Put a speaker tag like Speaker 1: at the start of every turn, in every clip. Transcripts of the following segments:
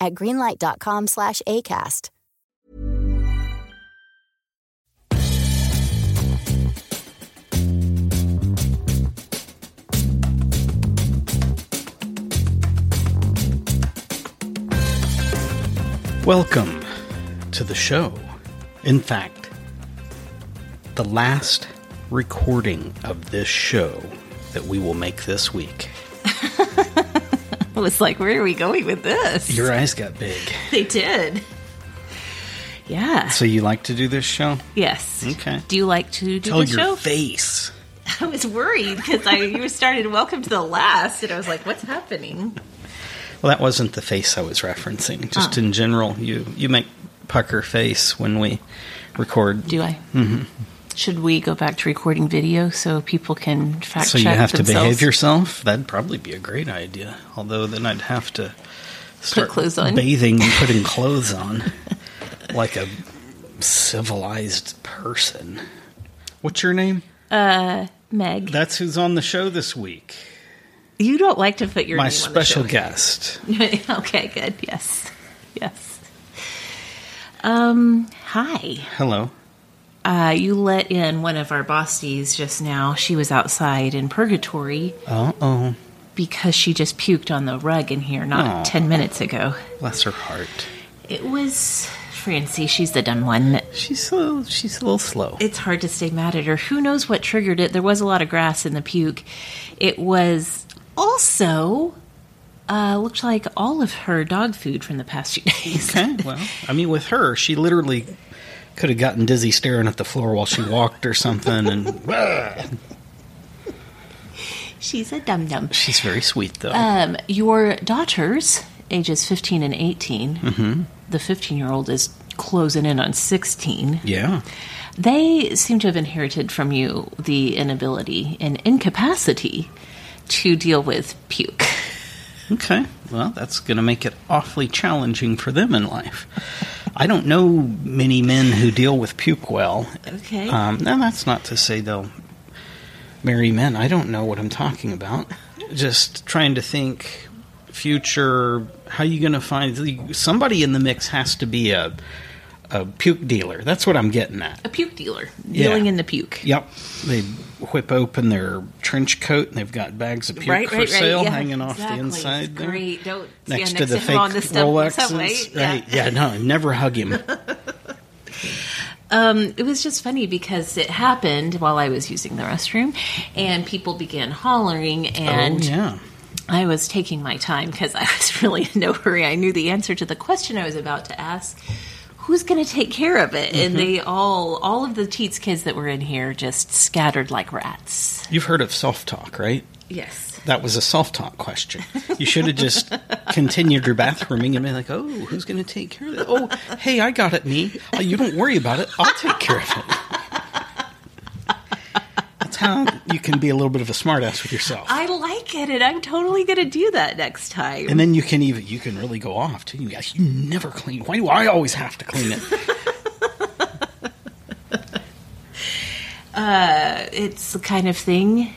Speaker 1: at greenlight.com slash ACAST.
Speaker 2: Welcome to the show. In fact, the last recording of this show that we will make this week.
Speaker 3: I was like, where are we going with this?
Speaker 2: Your eyes got big.
Speaker 3: They did. Yeah.
Speaker 2: So you like to do this show?
Speaker 3: Yes.
Speaker 2: Okay.
Speaker 3: Mm-hmm. Do you like to do
Speaker 2: Tell
Speaker 3: the
Speaker 2: your
Speaker 3: show?
Speaker 2: face.
Speaker 3: I was worried because I you started Welcome to the Last, and I was like, what's happening?
Speaker 2: Well, that wasn't the face I was referencing. Just in general, you you make pucker face when we record.
Speaker 3: Do I?
Speaker 2: Mm-hmm.
Speaker 3: Should we go back to recording video so people can fact
Speaker 2: so
Speaker 3: check
Speaker 2: you have to
Speaker 3: themselves?
Speaker 2: behave yourself. That'd probably be a great idea. Although then I'd have to start
Speaker 3: clothes on.
Speaker 2: bathing and putting clothes on, like a civilized person. What's your name?
Speaker 3: Meg,
Speaker 2: That's who's on the show this week.
Speaker 3: you don't like to put your
Speaker 2: My
Speaker 3: name
Speaker 2: special
Speaker 3: on
Speaker 2: guest.
Speaker 3: the show. okay, good. Yes. Yes. Um, hi.
Speaker 2: Hello.
Speaker 3: Uh, you let in one of our bossies just now. She was outside in purgatory
Speaker 2: Uh oh.
Speaker 3: because she just puked on the rug in here not
Speaker 2: Aw.
Speaker 3: 10 minutes ago.
Speaker 2: Bless her heart.
Speaker 3: It was Francie. She's the dumb one.
Speaker 2: She's a little, she's a little slow.
Speaker 3: It's hard to stay mad at her. Who knows what triggered it? There was a lot of grass in the puke. It was also. Uh, looked like all of her dog food from the past few days.
Speaker 2: Okay, well, I mean, with her, she literally could have gotten dizzy staring at the floor while she walked or something, and
Speaker 3: She's a dum dum.
Speaker 2: she's very sweet though.
Speaker 3: Um, your daughters, ages 15 and 18,
Speaker 2: Mm-hmm.
Speaker 3: the 15 year old is closing in on 16.
Speaker 2: yeah,
Speaker 3: They seem to have inherited from you the inability and incapacity to deal with puke.
Speaker 2: okay. Well, that's going to make it awfully challenging for them in life. I don't know many men who deal with puke well.
Speaker 3: Okay.
Speaker 2: Um, now, that's not to say they'll marry men. I don't know what I'm talking about. Just trying to think future. How you going to find somebody in the mix has to be a a puke dealer. That's what I'm getting at.
Speaker 3: a puke dealer
Speaker 2: Yeah.
Speaker 3: dealing in the puke.
Speaker 2: Yep. They whip open their trench coat and they've got bags of puke
Speaker 3: Right,
Speaker 2: for
Speaker 3: right, right.
Speaker 2: sale
Speaker 3: yeah,
Speaker 2: hanging off
Speaker 3: exactly.
Speaker 2: the inside
Speaker 3: It's
Speaker 2: there.
Speaker 3: Great. Don't stand
Speaker 2: Next to the
Speaker 3: him
Speaker 2: fake
Speaker 3: on the stub- subway.
Speaker 2: Rolexes,
Speaker 3: Yeah.
Speaker 2: right? Yeah, no, never hug him. Oh,
Speaker 3: Um, it was just funny because it happened while I was using the restroom, and people began hollering,
Speaker 2: oh,
Speaker 3: and
Speaker 2: yeah,
Speaker 3: I was taking my time because I was really in no hurry. I knew the answer to the question I was about to ask. Who's going to take care of it?
Speaker 2: Mm-hmm.
Speaker 3: And they all, all of the Teats kids that were in here, just scattered like rats.
Speaker 2: you've heard of self-talk, right?
Speaker 3: Yes.
Speaker 2: That was a self-talk question. You should have just continued your bathrooming and been like, "Oh, who's going to take care of it? Oh, hey, I got it, me. Oh, you don't worry about it. I'll take care of it." That's how you can be a little bit of a smartass with yourself.
Speaker 3: I like get it. I'm totally going to do that next time.
Speaker 2: And then you can even you can really go off too. You guys, you never clean. Why do I always have to clean it?
Speaker 3: Uh, it's the kind of thing.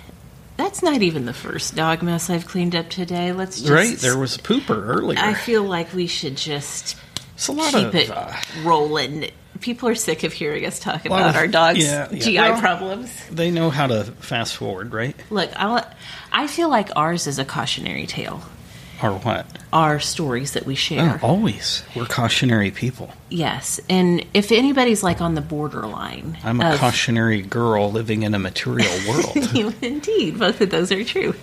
Speaker 3: That's not even the first dog mess I've cleaned up today. Let's just.
Speaker 2: right? There was a pooper earlier.
Speaker 3: I feel like we should just
Speaker 2: it's a lot
Speaker 3: keep
Speaker 2: of
Speaker 3: it
Speaker 2: uh,
Speaker 3: rolling. People are sick of hearing us talk
Speaker 2: Lot
Speaker 3: about
Speaker 2: of-
Speaker 3: our dogs'
Speaker 2: yeah, yeah.
Speaker 3: GI
Speaker 2: Well-
Speaker 3: problems.
Speaker 2: they know how to fast forward, right?
Speaker 3: Look, I, I feel like ours is a cautionary tale.
Speaker 2: Or what?
Speaker 3: Our stories that we share.
Speaker 2: Oh, always. We're cautionary people.
Speaker 3: Yes, and if anybody's like on the borderline,
Speaker 2: I'm a
Speaker 3: of-
Speaker 2: cautionary girl living in a material world.
Speaker 3: Indeed, both of those are true.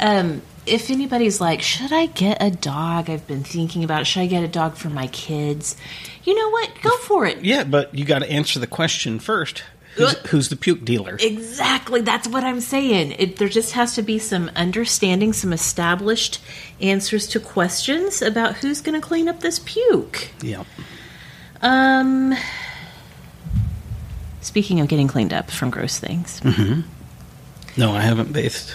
Speaker 3: Um, if anybody's like, should I get a dog? I've been thinking about it. Should I get a dog for my kids? You know what? Go for it.
Speaker 2: yeah, but you got to answer the question first. Who's,
Speaker 3: What?
Speaker 2: who's the puke dealer?
Speaker 3: Exactly. That's what I'm saying. It, there just has to be some understanding, some established answers to questions about who's going to clean up this puke.
Speaker 2: yeah.
Speaker 3: Um, speaking of getting cleaned up from gross things,
Speaker 2: Mm-hmm. No, I haven't bathed.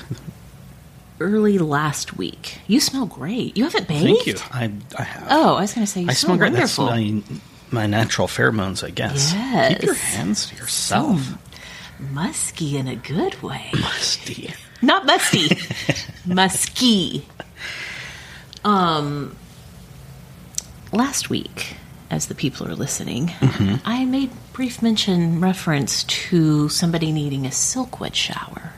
Speaker 3: early last week, you smell great. You haven't bathed.
Speaker 2: Thank you. I, I have.
Speaker 3: Oh, I was going to say you
Speaker 2: I
Speaker 3: smell,
Speaker 2: smell great. That's
Speaker 3: wonderful.
Speaker 2: my, my natural pheromones, I guess. Keep your
Speaker 3: Yes.
Speaker 2: hands to yourself,
Speaker 3: musky in a good way.
Speaker 2: Musty.
Speaker 3: Not musty. musky. Um last week, as the people are listening,
Speaker 2: Mm-hmm.
Speaker 3: I made brief mention reference to somebody needing a silkwood shower.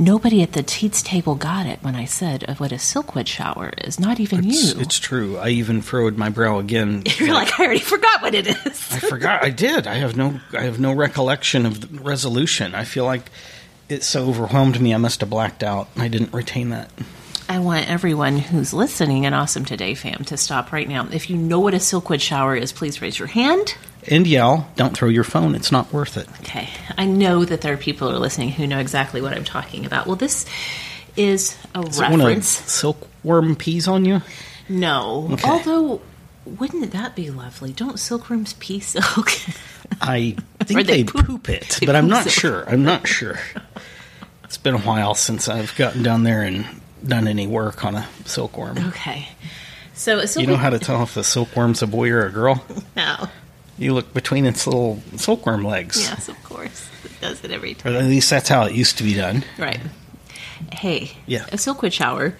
Speaker 3: Nobody at the teats table got it when I said of what a silkwood shower is, not even
Speaker 2: It's,
Speaker 3: you.
Speaker 2: it's true. I even furrowed my brow again.
Speaker 3: You're like, I already forgot what it is.
Speaker 2: I forgot. I did. I have no. I have no recollection of the resolution. I feel like it so overwhelmed me. I must have blacked out. I didn't retain that.
Speaker 3: I want everyone who's listening and Awesome Today fam to stop right now. If you know what a silkwood shower is, please raise your hand.
Speaker 2: And yell! Don't throw your phone. It's not worth it.
Speaker 3: Okay. I know that there are people who are listening who know exactly what I'm talking about. Well, this is a
Speaker 2: Is it one of
Speaker 3: reference.
Speaker 2: silkworm peas on you?
Speaker 3: No.
Speaker 2: Okay.
Speaker 3: Although, wouldn't that be lovely? Don't silkworms pee silk?
Speaker 2: I think
Speaker 3: Or
Speaker 2: they,
Speaker 3: they
Speaker 2: poop,
Speaker 3: poop-
Speaker 2: it,
Speaker 3: they
Speaker 2: but I'm
Speaker 3: poop
Speaker 2: not
Speaker 3: silk.
Speaker 2: sure. I'm not sure. It's been a while since I've gotten down there and done any work on a silkworm.
Speaker 3: okay. So, a silkworm.
Speaker 2: You know how to tell if the silkworm's a boy or a girl?
Speaker 3: No.
Speaker 2: You look between its little silkworm legs.
Speaker 3: Oh, Yes, of course. It does it every
Speaker 2: Or
Speaker 3: time.
Speaker 2: at least that's how it used to be done.
Speaker 3: Right. Hey.
Speaker 2: Yeah. Mm-hmm.
Speaker 3: A silkwood shower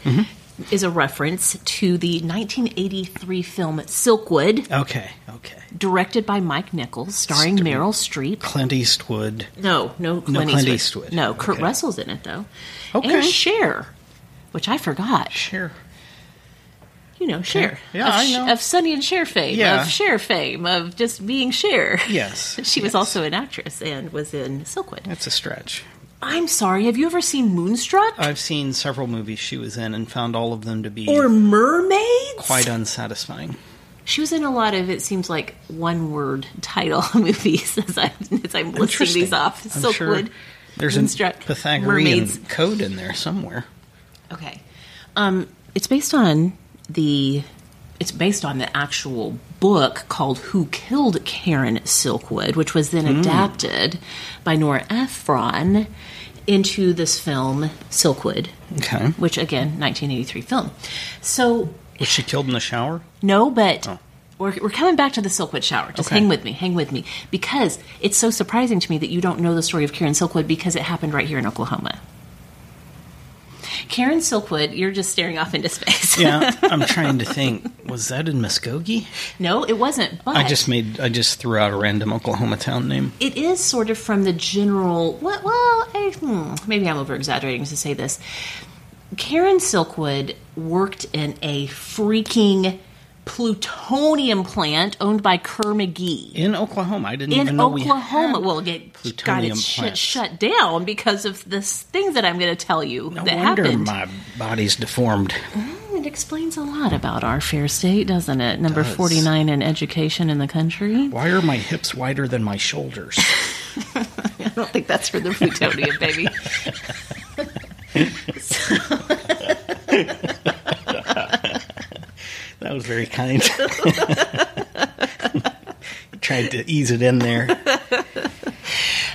Speaker 3: is a reference to the 1983 film Silkwood,
Speaker 2: Okay, okay.
Speaker 3: directed by Mike Nichols, starring
Speaker 2: Star-
Speaker 3: Meryl Streep.
Speaker 2: Clint Eastwood.
Speaker 3: No, no Clint,
Speaker 2: Clint
Speaker 3: Eastwood.
Speaker 2: Eastwood.
Speaker 3: No, Kurt
Speaker 2: Okay.
Speaker 3: Russell's in it though.
Speaker 2: Okay.
Speaker 3: And Cher, which I forgot.
Speaker 2: Sure.
Speaker 3: You know, Cher.
Speaker 2: Yeah,
Speaker 3: of,
Speaker 2: I
Speaker 3: Sh-
Speaker 2: know.
Speaker 3: Of Sonny and Cher fame.
Speaker 2: Yeah.
Speaker 3: Of Cher fame. Of just being Cher.
Speaker 2: Yes,
Speaker 3: she
Speaker 2: yes.
Speaker 3: was also an actress and was in Silkwood.
Speaker 2: That's a stretch.
Speaker 3: I'm sorry, have you ever seen Moonstruck?
Speaker 2: I've seen several movies she was in and found all of them to be
Speaker 3: or Mermaids?
Speaker 2: quite unsatisfying.
Speaker 3: She was in a lot of, it seems like, one word title movies as I'm, as I'm listing these off.
Speaker 2: I'm
Speaker 3: Silkwood.
Speaker 2: sure There's a
Speaker 3: Moonstruck,
Speaker 2: Pythagorean
Speaker 3: Mermaids.
Speaker 2: code in there somewhere.
Speaker 3: Okay. Um, it's based on the it's based on the actual book called Who Killed Karen Silkwood, which was then adapted by Nora Ephron into this film Silkwood,
Speaker 2: Okay.
Speaker 3: which again, 1983 film. So,
Speaker 2: Was she killed in the shower?
Speaker 3: no, but
Speaker 2: Oh.
Speaker 3: we're, we're coming back to the Silkwood shower. Just
Speaker 2: Okay.
Speaker 3: hang with me, hang with me, because it's so surprising to me that you don't know the story of Karen Silkwood because it happened right here in Oklahoma. Karen Silkwood, you're just staring off into space.
Speaker 2: Yeah, I'm trying to think. Was that in Muskogee?
Speaker 3: no, it wasn't. But
Speaker 2: I just made. I just threw out a random Oklahoma town name.
Speaker 3: it is sort of from the general. Well, well I, hmm, maybe I'm over exaggerating to say this. Karen Silkwood worked in a freaking plutonium plant owned by Kerr McGee.
Speaker 2: In Oklahoma, I didn't even
Speaker 3: in
Speaker 2: know we
Speaker 3: Oklahoma.
Speaker 2: had
Speaker 3: well, it got
Speaker 2: plutonium
Speaker 3: its shit
Speaker 2: plants.
Speaker 3: shut down because of this thing that I'm going to tell you
Speaker 2: No
Speaker 3: that
Speaker 2: wonder
Speaker 3: happened.
Speaker 2: my body's deformed.
Speaker 3: It explains a lot about our fair state, doesn't it? Number
Speaker 2: does.
Speaker 3: 49 in education in the country.
Speaker 2: Why are my hips wider than my shoulders?
Speaker 3: I don't think that's for the plutonium, baby.
Speaker 2: That was very kind. Tried to ease it in there.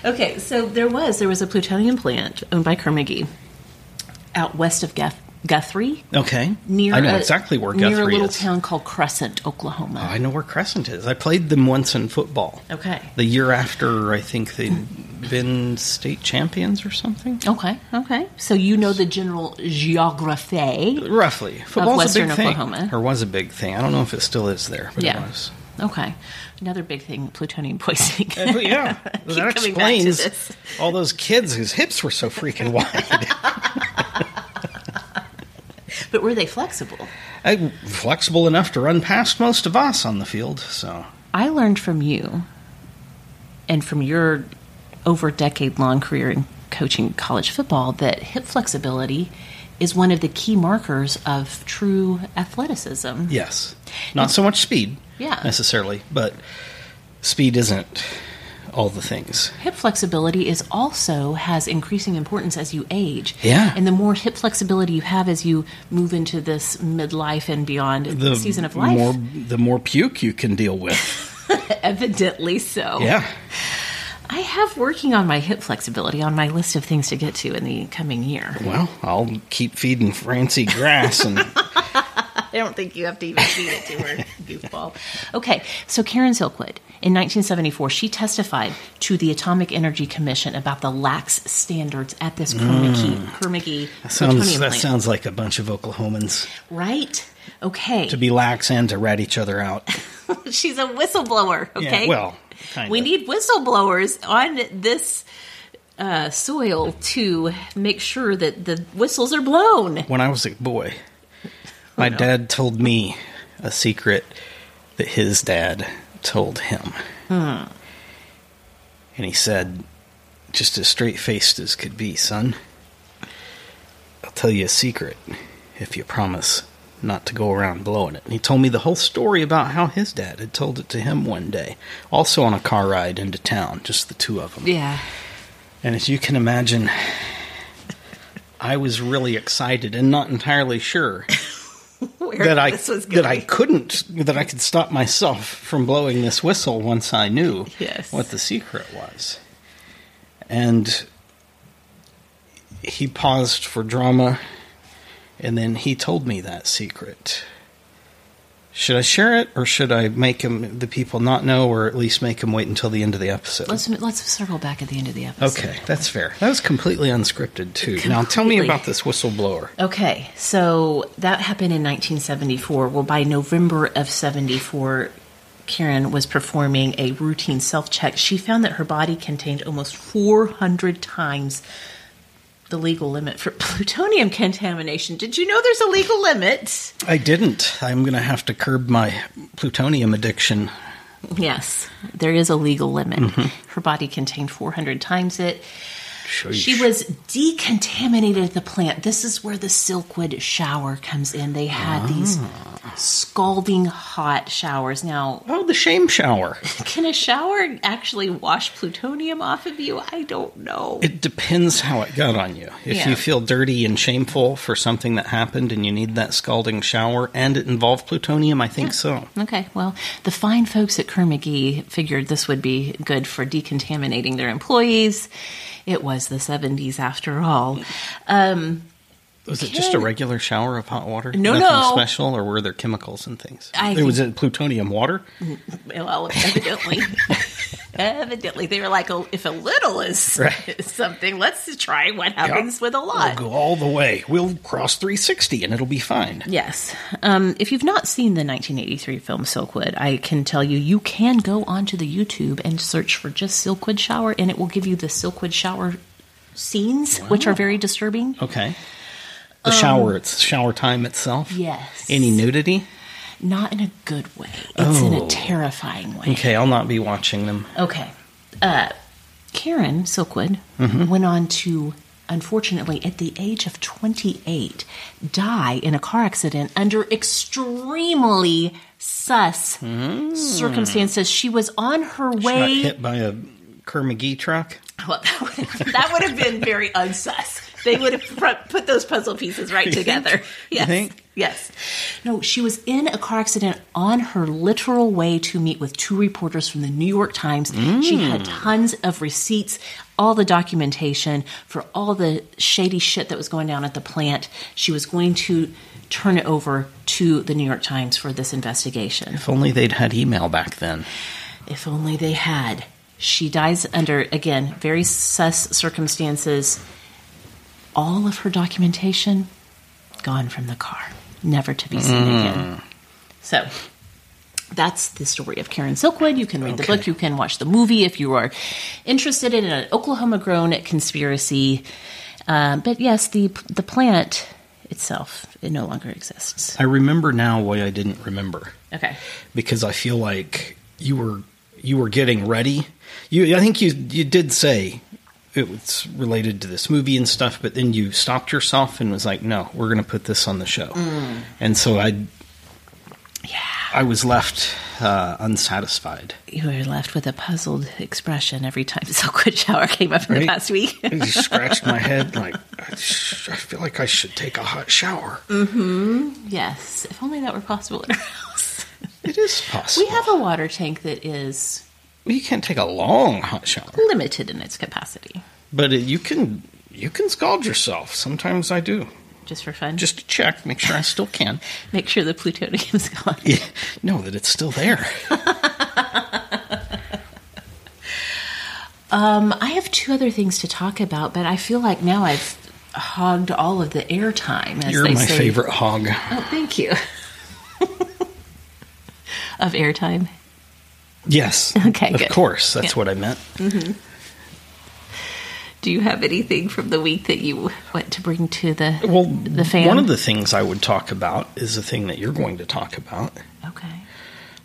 Speaker 3: Okay, so there was there was a plutonium plant owned by Kerr McGee, out west of Guth- Guthrie,
Speaker 2: Okay.
Speaker 3: near
Speaker 2: I know
Speaker 3: a-
Speaker 2: exactly where
Speaker 3: near a
Speaker 2: Guthrie
Speaker 3: little
Speaker 2: is.
Speaker 3: town called Crescent, Oklahoma.
Speaker 2: I know where Crescent is. I played them once in football.
Speaker 3: Okay.
Speaker 2: The year after, I think they'd been state champions or something.
Speaker 3: Okay, okay. So you know the general geography.
Speaker 2: Oh, Roughly, football's
Speaker 3: Western
Speaker 2: a big thing,
Speaker 3: Oklahoma.
Speaker 2: or was a big thing. I don't know if it still is there, but
Speaker 3: Yeah.
Speaker 2: it was.
Speaker 3: Okay. Another big thing, plutonium poisoning.
Speaker 2: Uh, but yeah,
Speaker 3: Keep
Speaker 2: that
Speaker 3: coming back to
Speaker 2: explains
Speaker 3: this.
Speaker 2: all those kids whose hips were so freaking wide.
Speaker 3: but were they flexible?
Speaker 2: I, flexible enough to run past most of us on the field. So
Speaker 3: I learned from you and from your over decade long career in coaching college football that hip flexibility is one of the key markers of true athleticism.
Speaker 2: yes, not so much speed,
Speaker 3: Yeah.
Speaker 2: necessarily, but speed isn't all the things.
Speaker 3: Hip flexibility is also has increasing importance as you age.
Speaker 2: Yeah.
Speaker 3: And the more hip flexibility you have as you move into this midlife and beyond
Speaker 2: The
Speaker 3: season of life,
Speaker 2: more the more puke you can deal with.
Speaker 3: evidently so.
Speaker 2: yeah,
Speaker 3: I have working on my hip flexibility on my list of things to get to in the coming year.
Speaker 2: well, I'll keep feeding Francie grass and.
Speaker 3: I don't think you have to even feed it to her, goofball. Okay, so Karen Silkwood, in 1974, she testified to the Atomic Energy Commission about the lax standards at this Kermicki, Kermicki
Speaker 2: Mm. That sounds,
Speaker 3: plutonium
Speaker 2: that
Speaker 3: plant.
Speaker 2: sounds like a bunch of Oklahomans
Speaker 3: right? Okay,
Speaker 2: to be lax and to rat each other out.
Speaker 3: she's a whistleblower.
Speaker 2: Yeah,
Speaker 3: Okay,
Speaker 2: well, kind
Speaker 3: we
Speaker 2: of.
Speaker 3: need whistleblowers on this uh, soil to make sure that the whistles are blown.
Speaker 2: When I was a boy, my dad told me a secret that his dad told him. And he said, just as straight faced as could be, son, I'll tell you a secret if you promise not to go around blowing it. And he told me the whole story about how his dad had told it to him one day, also on a car ride into town, just the two of them.
Speaker 3: Yeah.
Speaker 2: And as you can imagine, I was really excited and not entirely sure
Speaker 3: Where
Speaker 2: that I
Speaker 3: this was
Speaker 2: that I
Speaker 3: going.
Speaker 2: couldn't that I could stop myself from blowing this whistle once I knew
Speaker 3: Yes.
Speaker 2: what the secret was. And he paused for drama and then he told me that secret. Should I share it or should I make him the people not know or at least make him wait until the end of the episode?
Speaker 3: Let's let's circle back at the end of the episode.
Speaker 2: Okay, that's fair. That was completely unscripted too. Now tell me
Speaker 3: Completely.
Speaker 2: about this whistleblower.
Speaker 3: Okay, so that happened in 1974. Well, by November of 74, Karen was performing a routine self check. She found that her body contained almost 400 times the legal limit for plutonium contamination. Did you know there's a legal limit?
Speaker 2: I didn't. I'm going to have to curb my plutonium addiction.
Speaker 3: Yes, there is a legal limit. Her body contained 400 times it. She was decontaminated at the plant. This is where the Silkwood shower comes in. They had these scalding hot showers. Now,
Speaker 2: Oh, the shame shower.
Speaker 3: can a shower actually wash plutonium off of you? I don't know.
Speaker 2: It depends how it got on you. If
Speaker 3: Yeah.
Speaker 2: you feel dirty and shameful for something that happened and you need that scalding shower and it involved plutonium, I think so.
Speaker 3: Okay, well, the fine folks at Kermagee figured this would be good for decontaminating their employees. It was the 70s after all. Um,
Speaker 2: Was it just a
Speaker 3: Can-
Speaker 2: regular shower of hot water?
Speaker 3: No,
Speaker 2: Nothing
Speaker 3: no.
Speaker 2: special, or were there chemicals and things?
Speaker 3: I
Speaker 2: it
Speaker 3: think-
Speaker 2: was it plutonium water.
Speaker 3: Well, evidently, evidently, they were like, oh, if a little is,
Speaker 2: Right.
Speaker 3: is something, let's try what happens with a lot.
Speaker 2: We'll go all the way. We'll cross 360 and it'll be fine.
Speaker 3: Yes. Um, if you've not seen the 1983 film Silkwood, I can tell you, you can go onto the YouTube and search for just Silkwood shower, and it will give you the Silkwood shower scenes, which are very disturbing.
Speaker 2: Okay. The shower, it's shower time itself.
Speaker 3: Yes.
Speaker 2: Any nudity?
Speaker 3: Not in a good way. It's in a
Speaker 2: Oh.
Speaker 3: terrifying way.
Speaker 2: Okay, I'll not be watching them.
Speaker 3: Okay. Uh, Karen Silkwood went on to, unfortunately, at the age of 28, die in a car accident under extremely sus circumstances. She was on her
Speaker 2: Got
Speaker 3: way.
Speaker 2: hit by a Kerr McGee truck.
Speaker 3: Well, that would have been very unsus. They would have pr- put those puzzle pieces right together.
Speaker 2: You
Speaker 3: Yes.
Speaker 2: think?
Speaker 3: Yes. No, she was in a car accident on her literal way to meet with two reporters from the New York Times. She had
Speaker 2: Mm.
Speaker 3: tons of receipts, all the documentation for all the shady shit that was going down at the plant. She was going to turn it over to the New York Times for this investigation.
Speaker 2: If only they'd had email back then.
Speaker 3: If only they had. She dies under, again, very sus circumstances. All of her documentation gone from the car, never to be seen again. So that's the story of Karen Silkwood. You can read the
Speaker 2: Okay.
Speaker 3: book, you can watch the movie if you are interested in an Oklahoma grown conspiracy. Um, but yes, the, the plant itself, it no longer exists.
Speaker 2: I remember now why I didn't remember.
Speaker 3: Okay.
Speaker 2: because I feel like you were you were getting ready. You, I think you you did say it was related to this movie and stuff, but then you stopped yourself and was like, "No, we're going to put this on the show." And so I, yeah, I was left uh, unsatisfied.
Speaker 3: You were left with a puzzled expression every time Silkwood Shower came up in the
Speaker 2: Right.
Speaker 3: past week.
Speaker 2: I just scratched my head like I, sh- I feel like I should take a hot shower.
Speaker 3: Mm-hmm. yes, if only that were possible in our house.
Speaker 2: It is possible.
Speaker 3: We have a water tank that is
Speaker 2: you can't take a long hot shower,
Speaker 3: limited in its capacity,
Speaker 2: but it, you can you can scald yourself. Sometimes I do.
Speaker 3: just for fun.
Speaker 2: just to check, make sure I still can.
Speaker 3: make sure the plutonium's gone.
Speaker 2: Yeah, no, that it's still there.
Speaker 3: Um, I have two other things to talk about, but I feel like now I've hogged all of the airtime. as
Speaker 2: You're
Speaker 3: they
Speaker 2: my
Speaker 3: say.
Speaker 2: favorite hog.
Speaker 3: Oh, thank you. of airtime.
Speaker 2: Yes.
Speaker 3: Okay,
Speaker 2: Of
Speaker 3: good.
Speaker 2: course, that's
Speaker 3: Yeah.
Speaker 2: what I meant.
Speaker 3: Do you have anything from the week that you want to bring to the
Speaker 2: Well,
Speaker 3: the fan?
Speaker 2: one of the things I would talk about is the thing that you're going to talk about.
Speaker 3: okay.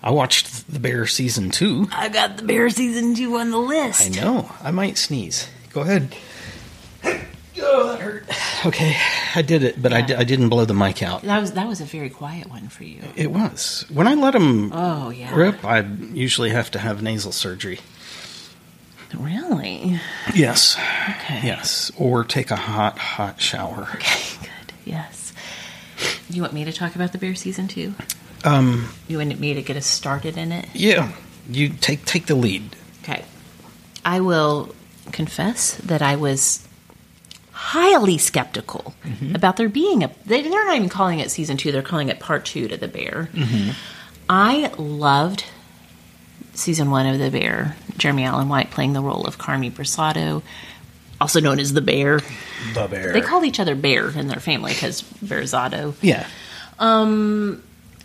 Speaker 2: I watched The Bear season two.
Speaker 3: I got the bear season two on the
Speaker 2: I
Speaker 3: list.
Speaker 2: know. I might sneeze. Go ahead. Oh, that hurt. Okay, I did it, but I d- I didn't blow the mic out.
Speaker 3: That was that was a very quiet one for you.
Speaker 2: It was. When I let him
Speaker 3: Oh yeah.
Speaker 2: rip, I usually have to have nasal surgery.
Speaker 3: Really?
Speaker 2: Yes.
Speaker 3: Okay.
Speaker 2: Yes. Or take a hot, hot shower.
Speaker 3: Okay, good. Yes. You want me to talk about the bear season too?
Speaker 2: Um,
Speaker 3: You want me to get us started in it?
Speaker 2: Yeah, you take take the lead.
Speaker 3: Okay. I will confess that I was highly skeptical
Speaker 2: Mm-hmm.
Speaker 3: about there being a. They, they're not even calling it season two; they're calling it part two to the bear.
Speaker 2: Mm-hmm.
Speaker 3: I loved season one of the bear. Jeremy Allen White playing the role of Carmi Brisado, also known as the bear.
Speaker 2: The bear.
Speaker 3: They called each other bear in their family because Berzado.
Speaker 2: yeah.
Speaker 3: Um,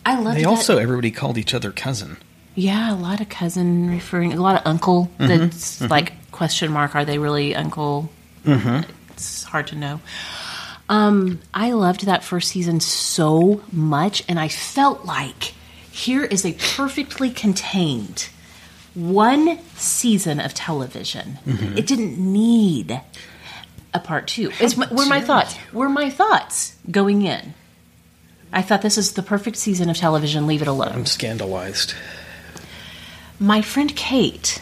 Speaker 3: I loved.
Speaker 2: They
Speaker 3: that-
Speaker 2: also everybody called each other cousin.
Speaker 3: yeah, a lot of cousin referring, a lot of uncle. That's like question mark. Are they really uncle? Mm-hmm. It's hard to know. Um, I loved that first season so much, and I felt like here is a perfectly contained one season of television. It didn't need a Mm-hmm. part two. Is, were my thoughts? Were my thoughts going in? I thought this is the perfect season of television. Leave it alone.
Speaker 2: I'm scandalized.
Speaker 3: My friend Kate.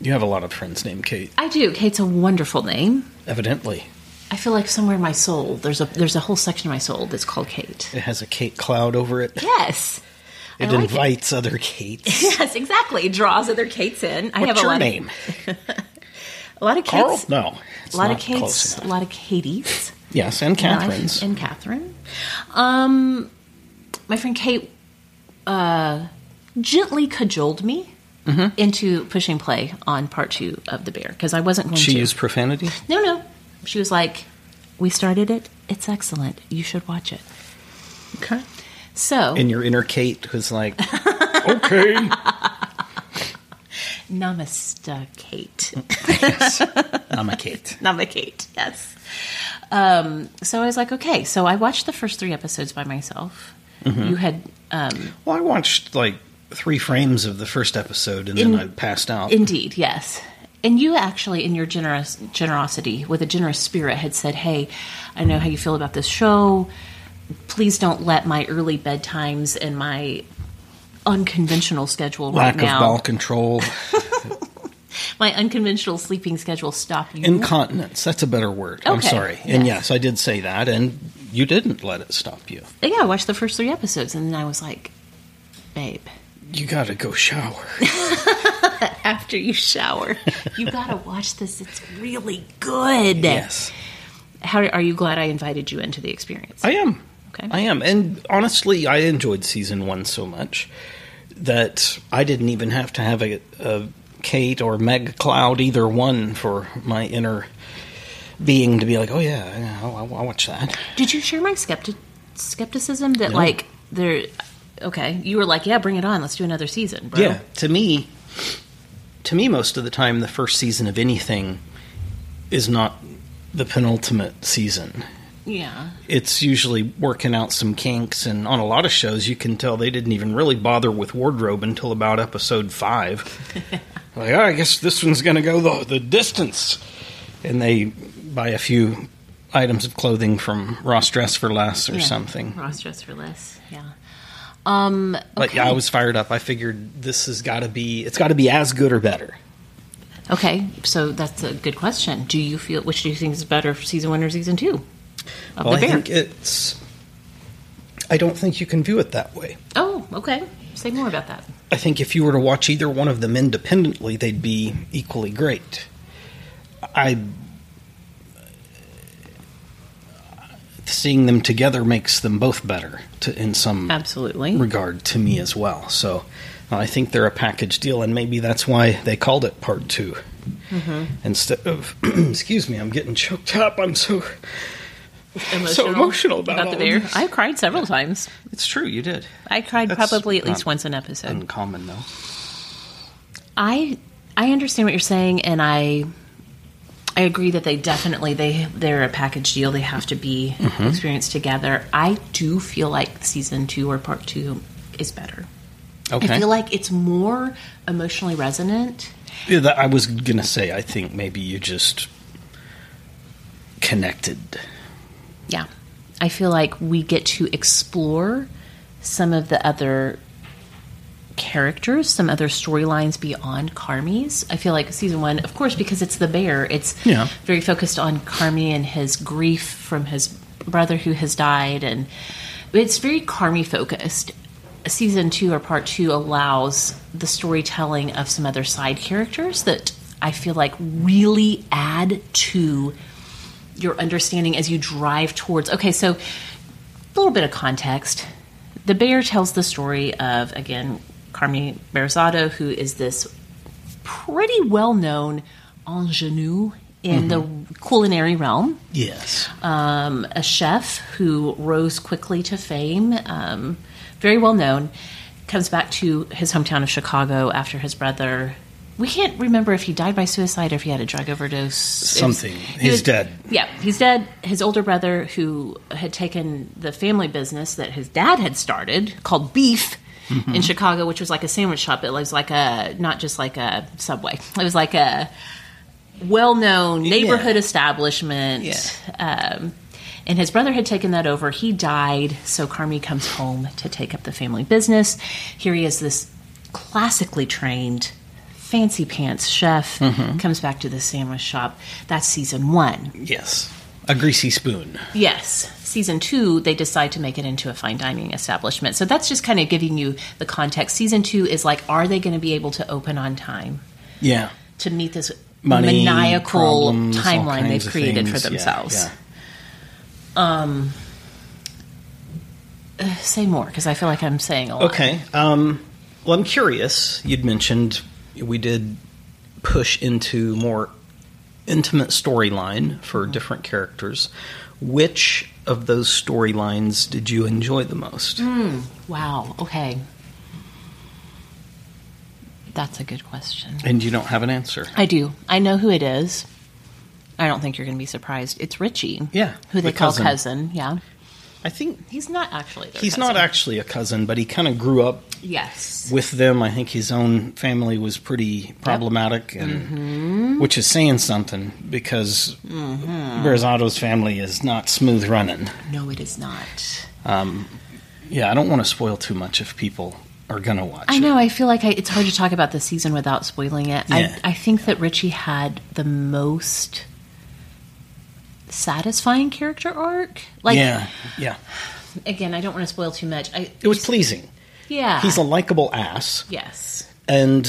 Speaker 2: You have a lot of friends named Kate,
Speaker 3: I do. Kate's a wonderful name.
Speaker 2: evidently.
Speaker 3: I feel like somewhere in my soul, there's a there's a whole section of my soul that's called Kate.
Speaker 2: It has a Kate cloud over it.
Speaker 3: Yes. I
Speaker 2: It
Speaker 3: like
Speaker 2: invites other Kates.
Speaker 3: Yes, exactly. It draws other Kates in. I have
Speaker 2: What's
Speaker 3: a
Speaker 2: your
Speaker 3: lot
Speaker 2: name?
Speaker 3: Of, a lot of
Speaker 2: Carl?
Speaker 3: Kates.
Speaker 2: No. It's
Speaker 3: a lot of
Speaker 2: not close
Speaker 3: Kates.
Speaker 2: enough.
Speaker 3: A lot of Katies.
Speaker 2: Yes, and
Speaker 3: in my life,
Speaker 2: Catherine's.
Speaker 3: and Catherine. Um, my friend Kate uh, gently cajoled me
Speaker 2: Mm-hmm.
Speaker 3: into pushing play on part two of the bear because I wasn't going
Speaker 2: she
Speaker 3: to.
Speaker 2: used profanity.
Speaker 3: No, no. She was like, We started it. It's excellent. You should watch it.
Speaker 2: Okay.
Speaker 3: So,
Speaker 2: And your inner Kate was like, okay.
Speaker 3: namaste, Kate.
Speaker 2: Yes. I'm a Kate.
Speaker 3: Nama Kate, yes. Um, so I was like, Okay. So I watched the first three episodes by myself. You had, um,
Speaker 2: Well, I watched like three frames of the first episode and
Speaker 3: In-
Speaker 2: then I passed out.
Speaker 3: indeed, yes. And you actually, in your generous generosity, with a generous spirit, had said, Hey, I know how you feel about this show. Please don't let my early bedtimes and my unconventional schedule
Speaker 2: Lack
Speaker 3: right now
Speaker 2: of bowel control.
Speaker 3: my unconventional sleeping schedule stop you.
Speaker 2: Incontinence. That's a better word. I'm
Speaker 3: Okay,
Speaker 2: sorry. And yes,
Speaker 3: yes.
Speaker 2: I did say that, and you didn't let it stop you.
Speaker 3: yeah, I watched the first three episodes and then I was like, babe,
Speaker 2: You gotta go shower.
Speaker 3: after you shower, you gotta watch this. It's really good.
Speaker 2: yes.
Speaker 3: How are you glad I invited you into the experience?
Speaker 2: I am.
Speaker 3: Okay.
Speaker 2: I am. And honestly, I enjoyed season one so much that I didn't even have to have a, a Kate or Meg Cloud, either one, for my inner being to be like, oh, yeah, yeah I'll, I'll I'll watch that.
Speaker 3: Did you share my skepti- skepticism that like there? Okay, you were like, yeah, bring it on. Let's do another season, bro.
Speaker 2: Yeah, to me, to me, most of the time, the first season of anything is not the penultimate season.
Speaker 3: yeah.
Speaker 2: It's usually working out some kinks, and on a lot of shows, you can tell they didn't even really bother with wardrobe until about episode five. like, oh, I guess this one's going to go the, the distance, and they buy a few items of clothing from Ross Dress for Less or
Speaker 3: Yeah.
Speaker 2: something.
Speaker 3: Ross dress for less. Yeah. Um.
Speaker 2: But yeah, I was fired up. I figured this has got to be it's got to be as good or better.
Speaker 3: Okay, so that's a good question. Do you feel which do you think is better, for season one or season two? Of
Speaker 2: Well,
Speaker 3: the
Speaker 2: I
Speaker 3: bear.
Speaker 2: think it's. I don't think you can view it that way.
Speaker 3: oh, okay. Say more about that.
Speaker 2: I think if you were to watch either one of them independently, they'd be equally great. I. Seeing them together makes them both better to, in some
Speaker 3: Absolutely.
Speaker 2: regard to me as well. So uh, I think they're a package deal, and maybe that's why they called it part 2
Speaker 3: Mm-hmm.
Speaker 2: Instead of, excuse me, I'm getting choked up. I'm so. so emotional about all
Speaker 3: the
Speaker 2: of
Speaker 3: bear.
Speaker 2: this.
Speaker 3: I cried several times.
Speaker 2: It's true, you did.
Speaker 3: I cried
Speaker 2: That's
Speaker 3: probably at least
Speaker 2: not
Speaker 3: once an episode.
Speaker 2: Uncommon though.
Speaker 3: I I understand what you're saying, and I I agree that they definitely they they're a package deal. They have to be
Speaker 2: Mm-hmm.
Speaker 3: experienced together. I do feel like season two or part two is better.
Speaker 2: Okay.
Speaker 3: I feel like it's more emotionally resonant.
Speaker 2: Yeah, that, I was gonna say. I think maybe you just connected.
Speaker 3: Yeah. I feel like we get to explore some of the other characters, some other storylines beyond Carmi's. I feel like season one, of course, because it's the bear, it's
Speaker 2: Yeah.
Speaker 3: very focused on Carmi and his grief from his brother who has died. And it's very Carmi focused. Season two or part two allows the storytelling of some other side characters that I feel like really add to your understanding as you drive towards. Okay, so a little bit of context. The bear tells the story of, again, Carmi Berzado, who is this pretty well known ingenue in the culinary realm,
Speaker 2: Yes.
Speaker 3: um, a chef who rose quickly to fame, um, very well known, comes back to his hometown of Chicago after his brother. We can't remember if he died by suicide or if he had a drug overdose.
Speaker 2: Something.
Speaker 3: It was-
Speaker 2: He's dead.
Speaker 3: Yeah, he's dead. His older brother, who had taken the family business that his dad had started called Beef
Speaker 2: Mm-hmm.
Speaker 3: in Chicago, which was like a sandwich shop. It was like a, not just like a subway, it was like a well known neighborhood establishment. Um, and his brother had taken that over. He died, so Carmi comes home to take up the family business. Here he is, this classically trained fancy pants chef,
Speaker 2: Mm-hmm.
Speaker 3: comes back to the sandwich shop. That's season one.
Speaker 2: Yes. A greasy spoon.
Speaker 3: Yes. Season two, they decide to make it into a fine dining establishment. So that's just kind of giving you the context. Season two is like, are they going to be able to open on time
Speaker 2: Yeah.
Speaker 3: to meet this
Speaker 2: Money,
Speaker 3: maniacal
Speaker 2: problems, all
Speaker 3: timeline
Speaker 2: kinds
Speaker 3: they've
Speaker 2: of
Speaker 3: created for
Speaker 2: things. Yeah,
Speaker 3: themselves?
Speaker 2: yeah.
Speaker 3: Um, uh, Say more, because I feel like I'm saying a lot.
Speaker 2: Okay. Um, well, I'm curious. You'd mentioned we did push into more intimate storyline
Speaker 3: Mm-hmm.
Speaker 2: for different characters. Which of those storylines did you enjoy the most?
Speaker 3: Mm. Wow. Okay. That's a good question.
Speaker 2: And you don't have an answer.
Speaker 3: I do. I know who it is. I don't think you're going to be surprised. It's Richie.
Speaker 2: Yeah,
Speaker 3: Who they
Speaker 2: the
Speaker 3: call
Speaker 2: cousin.
Speaker 3: cousin. Yeah.
Speaker 2: I think
Speaker 3: He's not actually their
Speaker 2: he's
Speaker 3: cousin.
Speaker 2: not actually a cousin, but he kind of grew up
Speaker 3: Yes.
Speaker 2: with them. I think his own family was pretty problematic, and
Speaker 3: Mm-hmm.
Speaker 2: which is saying something because Berzado's family is not smooth running.
Speaker 3: No, it is not.
Speaker 2: Um, yeah, I don't want to spoil too much if people are going to watch
Speaker 3: I
Speaker 2: it.
Speaker 3: know. I feel like I, it's hard to talk about the season without spoiling it.
Speaker 2: Yeah.
Speaker 3: I, I think that Richie had the most satisfying character arc. Like
Speaker 2: yeah, yeah.
Speaker 3: again, I don't want to spoil too much. I
Speaker 2: It was pleasing.
Speaker 3: yeah.
Speaker 2: He's a likable ass,
Speaker 3: yes.
Speaker 2: and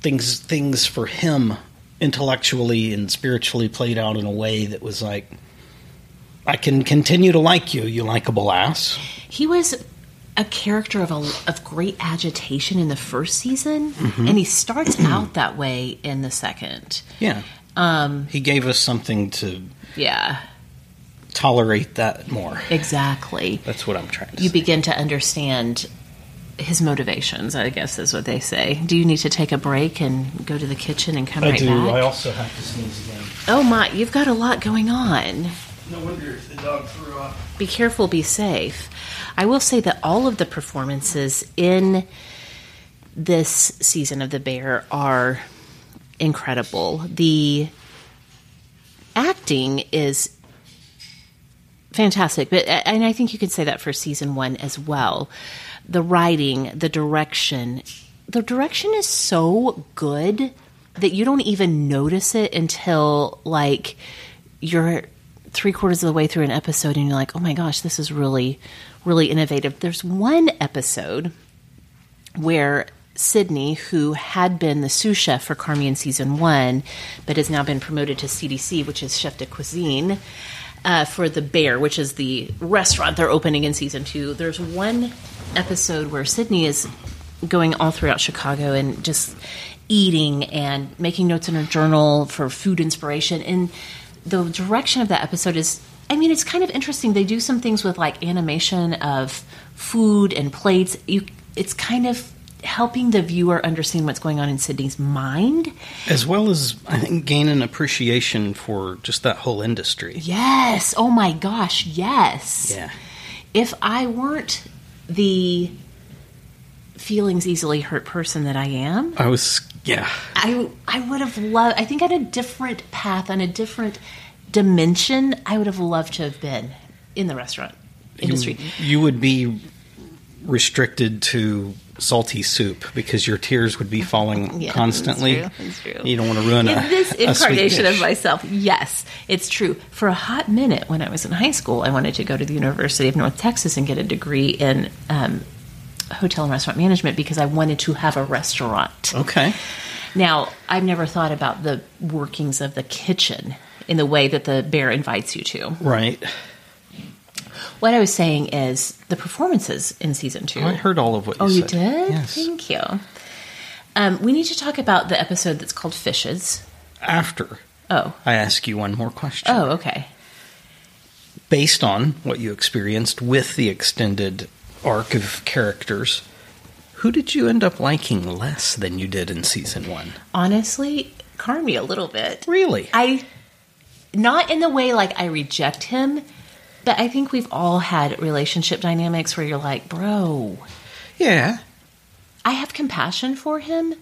Speaker 2: things things for him intellectually and spiritually played out in a way that was like, I can continue to like you, you likable ass.
Speaker 3: He was a character of a, of great agitation in the first season,
Speaker 2: Mm-hmm.
Speaker 3: and he starts out that way in the second.
Speaker 2: Yeah,
Speaker 3: Um,
Speaker 2: he gave us something to
Speaker 3: yeah,
Speaker 2: tolerate that more.
Speaker 3: exactly.
Speaker 2: That's what I'm trying to
Speaker 3: You
Speaker 2: say.
Speaker 3: begin to understand his motivations. I guess is what they say. Do you need to take a break and go to the kitchen and come right back?
Speaker 2: also have to sneeze again.
Speaker 3: oh my, you've got a lot going on.
Speaker 2: No wonder the dog threw up.
Speaker 3: be careful, be safe. I will say that all of the performances in this season of The Bear are incredible. The acting is fantastic, but uh, and I think you could say that for season 1 as well. The writing, the direction, the direction is so good that you don't even notice it until like you're three quarters of the way through an episode and you're like, oh my gosh, this is really, really innovative. There's one episode where Sydney, who had been the sous chef for Carmi in season one, but has now been promoted to CDC, which is chef de cuisine, uh, for the Bear, which is the restaurant they're opening in season two. There's one episode where Sydney is going all throughout Chicago and just eating and making notes in her journal for food inspiration. And the direction of that episode is I mean, it's kind of interesting. They do some things with like animation of food and plates. You, it's kind of helping the viewer understand what's going on in Sydney's mind.
Speaker 2: As well as, I think, gain an appreciation for just that whole industry.
Speaker 3: Yes. Oh my gosh. Yes.
Speaker 2: Yeah.
Speaker 3: If I weren't the feelings easily hurt person that I am,
Speaker 2: I was, yeah.
Speaker 3: I I would have loved. I think on a different path, on a different dimension, I would have loved to have been in the restaurant industry.
Speaker 2: You would be restricted to salty soup because your tears would be falling
Speaker 3: Yeah, that's
Speaker 2: constantly.
Speaker 3: true, that's true.
Speaker 2: You don't want to ruin a,
Speaker 3: in this
Speaker 2: a sweet
Speaker 3: incarnation of
Speaker 2: dish.
Speaker 3: myself. Yes, it's true. For a hot minute, when I was in high school, I wanted to go to the University of North Texas and get a degree in um, hotel and restaurant management because I wanted to have a restaurant.
Speaker 2: Okay.
Speaker 3: Now, I've never thought about the workings of the kitchen in the way that the bear invites you to.
Speaker 2: Right.
Speaker 3: What I was saying is the performances in season two.
Speaker 2: I heard all of what you
Speaker 3: Oh,
Speaker 2: said.
Speaker 3: you did?
Speaker 2: Yes.
Speaker 3: Thank you. Um, we need to talk about the episode that's called Fishes.
Speaker 2: After
Speaker 3: Oh,
Speaker 2: I ask you one more question.
Speaker 3: oh, okay.
Speaker 2: based on what you experienced with the extended arc of characters, who did you end up liking less than you did in season one?
Speaker 3: honestly car me a little bit.
Speaker 2: Really?
Speaker 3: I not in the way like I reject him, but I think we've all had relationship dynamics where you're like, bro,
Speaker 2: yeah.
Speaker 3: I have compassion for him.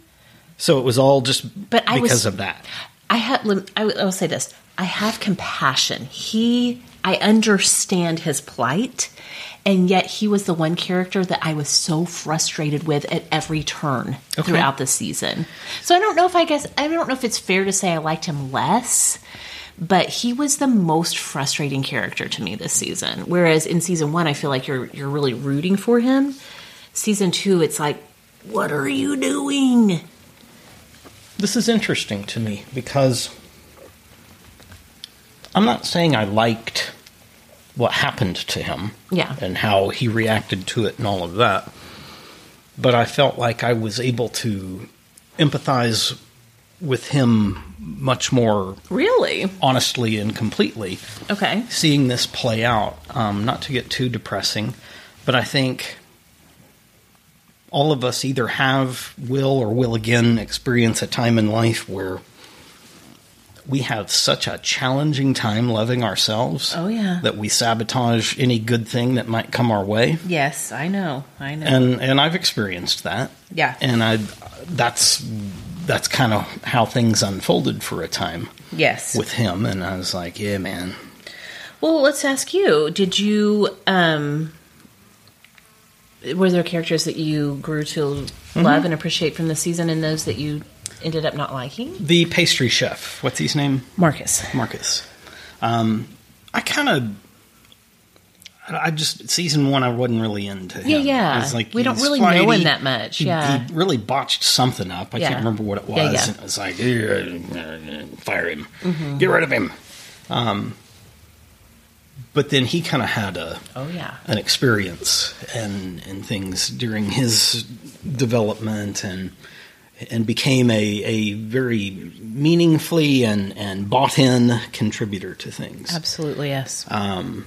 Speaker 2: So it was all just
Speaker 3: But I
Speaker 2: because
Speaker 3: was-
Speaker 2: of that.
Speaker 3: I have. lem- I will I will say this: I have compassion. He, I understand his plight, and yet he was the one character that I was so frustrated with at every turn
Speaker 2: Okay.
Speaker 3: throughout the season. So I don't know if I guess I don't know if it's fair to say I liked him less. But he was the most frustrating character to me this season. Whereas in season one, I feel like you're you're really rooting for him. Season two, it's like, what are you doing?
Speaker 2: This is interesting to me because I'm not saying I liked what happened to him
Speaker 3: Yeah.
Speaker 2: and how he reacted to it and all of that, but I felt like I was able to empathize with him much more
Speaker 3: Really?
Speaker 2: honestly and completely
Speaker 3: Okay.
Speaker 2: seeing this play out. Um, not to get too depressing, but I think all of us either have, will, or will again experience a time in life where we have such a challenging time loving ourselves.
Speaker 3: Oh, yeah.
Speaker 2: that we sabotage any good thing that might come our way.
Speaker 3: Yes, I know. I know.
Speaker 2: And and I've experienced that.
Speaker 3: Yeah.
Speaker 2: And I that's that's kind of how things unfolded for a time
Speaker 3: yes.
Speaker 2: with him and I was like, yeah, man.
Speaker 3: well, let's ask you. Did you um were there characters that you grew to
Speaker 2: Mm-hmm.
Speaker 3: love and appreciate from the season, and those that you ended up not liking?
Speaker 2: The pastry chef. What's his name?
Speaker 3: Marcus.
Speaker 2: Marcus. Um, I kind of. I I just season one. I wasn't really into him.
Speaker 3: Yeah, yeah.
Speaker 2: It's
Speaker 3: We don't
Speaker 2: he's
Speaker 3: really
Speaker 2: flighty.
Speaker 3: know him that much,
Speaker 2: He,
Speaker 3: yeah.
Speaker 2: he really botched something up. I
Speaker 3: Yeah.
Speaker 2: can't remember what it was.
Speaker 3: Yeah, yeah. Mm-hmm.
Speaker 2: And it was like "Ugh, fire him, get rid of him. Um, but then he kind of had a
Speaker 3: Oh yeah.
Speaker 2: an experience and and things during his development and and became a, a very meaningfully and, and bought in contributor to things.
Speaker 3: Absolutely yes.
Speaker 2: Um,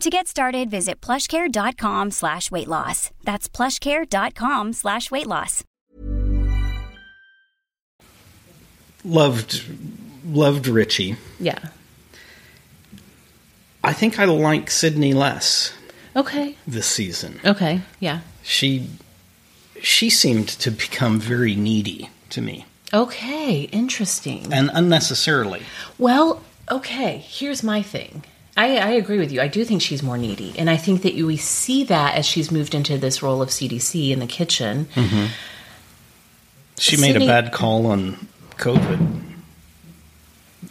Speaker 4: To get started, visit plushcare.com slash weight loss. That's plushcare.com slash weight loss.
Speaker 2: loved loved Richie.
Speaker 3: yeah.
Speaker 2: I think I like Sydney less
Speaker 3: Okay.
Speaker 2: this season.
Speaker 3: Okay. Yeah.
Speaker 2: She she seemed to become very needy to me,
Speaker 3: Okay. Interesting.
Speaker 2: and unnecessarily.
Speaker 3: Well, okay, here's my thing. I, I agree with you. I do think she's more needy. And I think that you, we see that as she's moved into this role of CDC in the kitchen.
Speaker 2: Hmm. She made
Speaker 3: Sydney-
Speaker 2: a bad call on COVID.
Speaker 3: What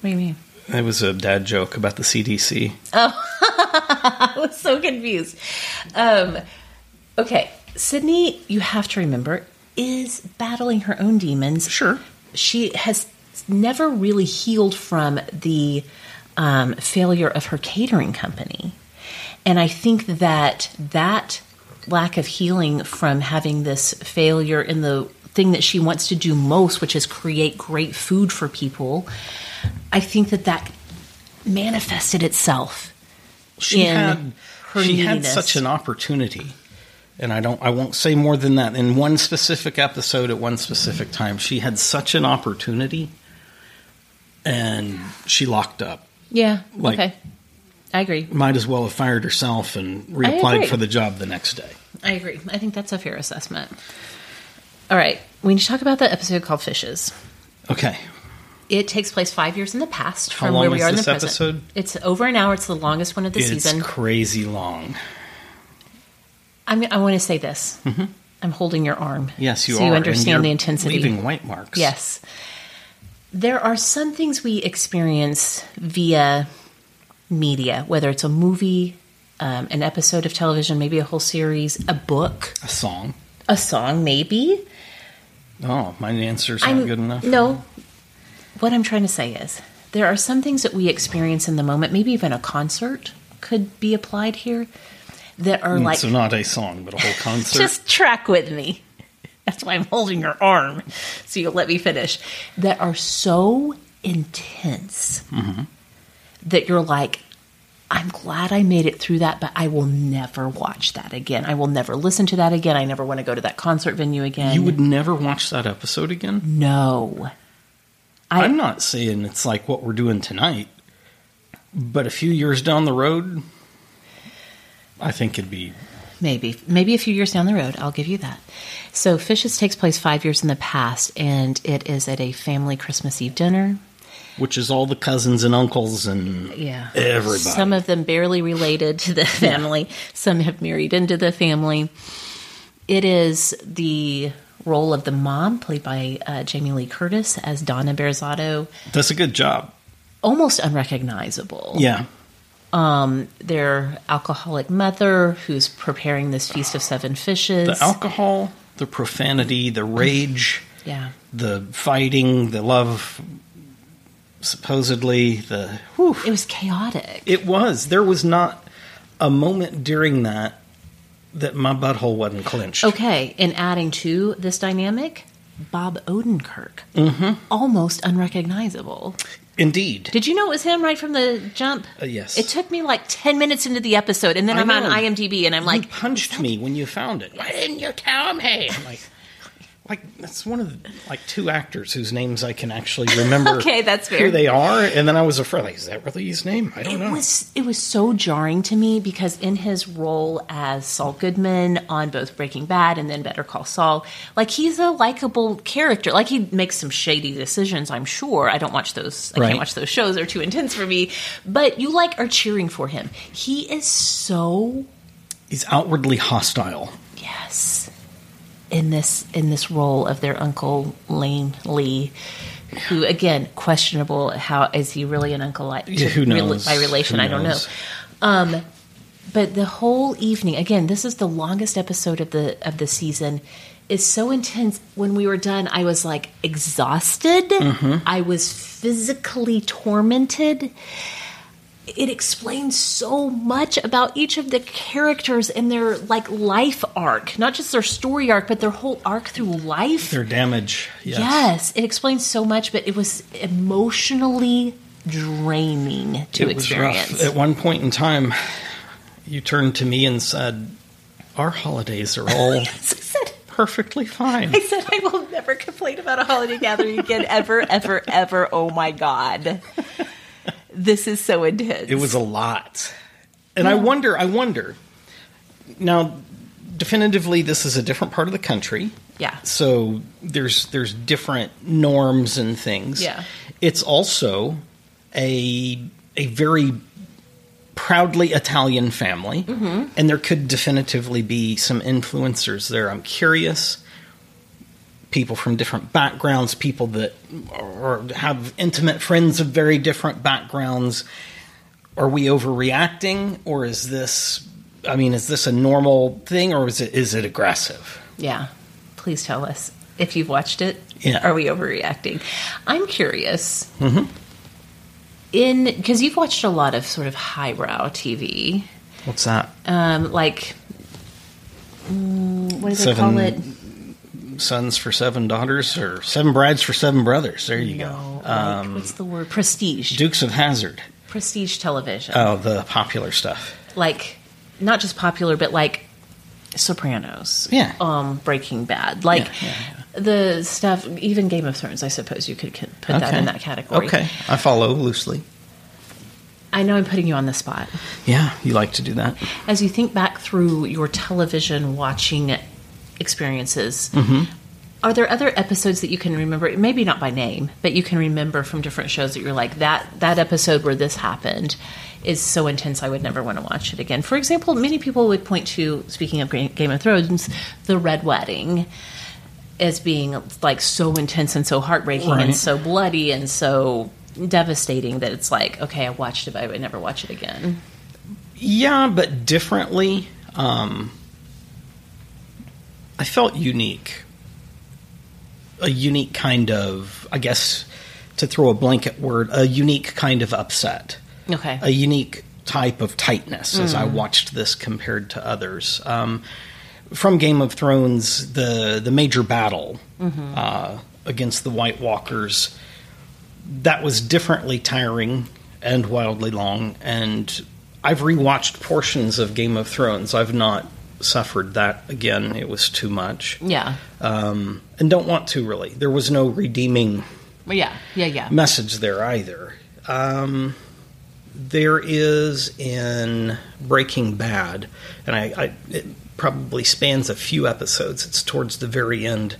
Speaker 3: do you mean?
Speaker 2: It was a dad joke about the CDC.
Speaker 3: Oh, I was so confused. Um, okay, Sydney, you have to remember, is battling her own demons.
Speaker 2: Sure.
Speaker 3: She has never really healed from the um, failure of her catering company. And I think that that lack of healing from having this failure in the thing that she wants to do most, which is create great food for people, I think that that manifested itself
Speaker 2: she
Speaker 3: in
Speaker 2: had
Speaker 3: her
Speaker 2: she had
Speaker 3: neediness.
Speaker 2: such an opportunity and i don't i won't say more than that in one specific episode at one specific time she had such an opportunity and she locked up
Speaker 3: Yeah.
Speaker 2: Like-
Speaker 3: okay. I agree.
Speaker 2: might as well have fired herself and
Speaker 3: agree.
Speaker 2: reapplied for the job the next day
Speaker 3: I agree. I think that's a fair assessment. All right. We need to talk about the episode called Fishes.
Speaker 2: okay
Speaker 3: It takes place five years in the past
Speaker 2: How
Speaker 3: from
Speaker 2: long
Speaker 3: where we
Speaker 2: is
Speaker 3: are in the
Speaker 2: this
Speaker 3: present.
Speaker 2: episode?
Speaker 3: It's over an hour. It's the longest one of the
Speaker 2: it's
Speaker 3: season.
Speaker 2: crazy long
Speaker 3: I'm, I want to say this.
Speaker 2: Mm-hmm.
Speaker 3: I'm holding your arm.
Speaker 2: yes you
Speaker 3: so
Speaker 2: are
Speaker 3: you
Speaker 2: and you're
Speaker 3: understand the intensity.
Speaker 2: leaving white marks
Speaker 3: Yes. There are some things we experience via media, whether it's a movie, um, an episode of television, maybe a whole series, a book,
Speaker 2: a song
Speaker 3: a song, maybe.
Speaker 2: oh my answer's not
Speaker 3: I'm-
Speaker 2: good enough
Speaker 3: No. What I'm trying to say is there are some things that we experience in the moment, maybe even a concert could be applied here, that are like.
Speaker 2: Mm, so not a song but a whole concert
Speaker 3: just track with me. That's why I'm holding your arm so you'll let me finish. That are so intense
Speaker 2: Mm-hmm.
Speaker 3: that you're like, I'm glad I made it through that, but I will never watch that again. I will never listen to that again. I never want to go to that concert venue again.
Speaker 2: you would never watch that episode again
Speaker 3: no.
Speaker 2: I, am not saying it's like what we're doing tonight, but a few years down the road, I think it'd be
Speaker 3: Maybe, maybe a few years down the road, I'll give you that. So, Fishes takes place five years in the past, and it is at a family Christmas Eve dinner.
Speaker 2: which is all the cousins and uncles and
Speaker 3: Yeah,
Speaker 2: everybody.
Speaker 3: Some of them barely related to the family. Some have married into the family. It is the role of the mom, played by uh, Jamie Lee Curtis, as Donna Berzotto,
Speaker 2: That's a good job.
Speaker 3: almost unrecognizable.
Speaker 2: Yeah,
Speaker 3: Um, their alcoholic mother, who's preparing this feast of seven fishes.
Speaker 2: the alcohol the profanity, the rage,
Speaker 3: Yeah.
Speaker 2: the fighting, the love, supposedly the. Whew,
Speaker 3: It was chaotic.
Speaker 2: it was. There was not a moment during that that my butthole wasn't clenched.
Speaker 3: Okay, and adding to this dynamic, Bob Odenkirk, almost unrecognizable.
Speaker 2: Mm-hmm. Indeed.
Speaker 3: Did you know it was him right from the jump?
Speaker 2: Uh, yes.
Speaker 3: It took me like ten minutes into the episode, and then
Speaker 2: I
Speaker 3: I'm on
Speaker 2: know.
Speaker 3: IMDb, and I'm
Speaker 2: you
Speaker 3: like,
Speaker 2: punched me when you found it. Why didn't you tell me? I'm like, like that's one of the, like two actors whose names I can actually remember.
Speaker 3: Okay, that's fair.
Speaker 2: Who they are, and then I was afraid. Like, is that really his name? I don't
Speaker 3: It
Speaker 2: know.
Speaker 3: was it was so jarring to me because in his role as Saul Goodman on both Breaking Bad and then Better Call Saul, like he's a likable character. Like he makes some shady decisions, I'm sure. I don't watch those. I
Speaker 2: Right.
Speaker 3: can't watch those shows; they're too intense for me. But you like are cheering for him. He is so
Speaker 2: He's outwardly hostile.
Speaker 3: yes in this in this role of their uncle Lane Lee. Who again questionable? How is he really an uncle? Like,
Speaker 2: Yeah, who
Speaker 3: to- rela-
Speaker 2: knows?
Speaker 3: by relation,
Speaker 2: Who
Speaker 3: I don't know.
Speaker 2: knows?
Speaker 3: Um, but the whole evening, again, this is the longest episode of the of the season, is so intense. When we were done, I was like exhausted.
Speaker 2: Mm-hmm.
Speaker 3: I was physically tormented. It explains so much about each of the characters and their like life arc, not just their story arc, but their whole arc through life.
Speaker 2: Their damage. Yes.
Speaker 3: Yes, it explains so much, but it was emotionally draining to
Speaker 2: It was rough.
Speaker 3: experience.
Speaker 2: At one point in time, you turned to me and said, "Our holidays are all
Speaker 3: Yes, I said,
Speaker 2: perfectly fine."
Speaker 3: I said, I will never complain about a holiday gathering again, ever, ever, ever. Oh my god, this is so intense.
Speaker 2: It was a lot. And I wonder, I wonder. Now, definitively, this is a different part of the country.
Speaker 3: Yeah.
Speaker 2: So there's there's different norms and things.
Speaker 3: Yeah.
Speaker 2: It's also a a very proudly Italian family, and there could definitively be some influencers there. I'm curious. People from different backgrounds, people that are, have intimate friends of very different backgrounds. Are we overreacting, or is this? I mean, is this a normal thing, or is it is it aggressive?
Speaker 3: yeah. Please tell us if you've watched it.
Speaker 2: Yeah. Mm-hmm.
Speaker 3: Are we overreacting? I'm curious. In because you've watched a lot of sort of highbrow TV,
Speaker 2: What's that?
Speaker 3: um, like mm, what do they
Speaker 2: Seven
Speaker 3: call it?
Speaker 2: Sons for seven daughters, or seven brides for seven brothers? There you
Speaker 3: No,
Speaker 2: go. Um,
Speaker 3: like, what's the word? Prestige.
Speaker 2: Dukes of Hazard.
Speaker 3: Prestige television.
Speaker 2: Oh, the popular stuff.
Speaker 3: like, not just popular, but like Sopranos.
Speaker 2: Yeah.
Speaker 3: Um, Breaking Bad. Like,
Speaker 2: yeah,
Speaker 3: the stuff, even Game of Thrones, I suppose you could c- put that in that category.
Speaker 2: Okay, I follow loosely.
Speaker 3: I know I'm putting you on the spot.
Speaker 2: Yeah, you like to do that.
Speaker 3: As you think back through your television watching experiences, are there other episodes that you can remember? Maybe not by name, but you can remember from different shows that you're like that that episode where this happened is so intense. I would never want to watch it again. For example, many people would point to speaking of Gra- Game of Thrones, the Red Wedding as being like so intense and so heartbreaking
Speaker 2: Right.
Speaker 3: and so bloody and so devastating that it's like okay, I watched it, but I would never watch it again.
Speaker 2: Yeah, but differently. Um, I felt unique. A unique kind of, I guess, to throw a blanket word, a unique kind of upset.
Speaker 3: Okay.
Speaker 2: a unique type of tightness as I watched this compared to others. Um, from Game of Thrones, the the major battle uh, against the White Walkers that was differently tiring and wildly long. And I've rewatched portions of Game of Thrones. I've not suffered that again. It was too much,
Speaker 3: yeah.
Speaker 2: um, and don't want to really. There was no redeeming
Speaker 3: Well, yeah, yeah, yeah.
Speaker 2: message there either. Um, there is in Breaking Bad, and I, I it probably spans a few episodes. It's towards the very end.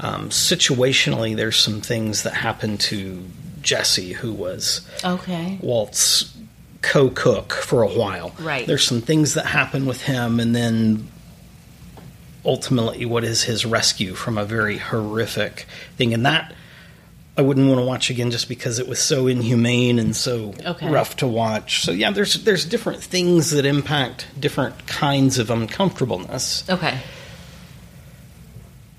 Speaker 2: Um, situationally, there's some things that happen to Jesse, who was
Speaker 3: Okay.
Speaker 2: Walt's co-cook for a while.
Speaker 3: Right.
Speaker 2: There's some things that happen with him, and then ultimately, what is his rescue from a very horrific thing? And that I wouldn't want to watch again, just because it was so inhumane and so
Speaker 3: Okay.
Speaker 2: rough to watch. So yeah, there's there's different things that impact different kinds of uncomfortableness.
Speaker 3: Okay.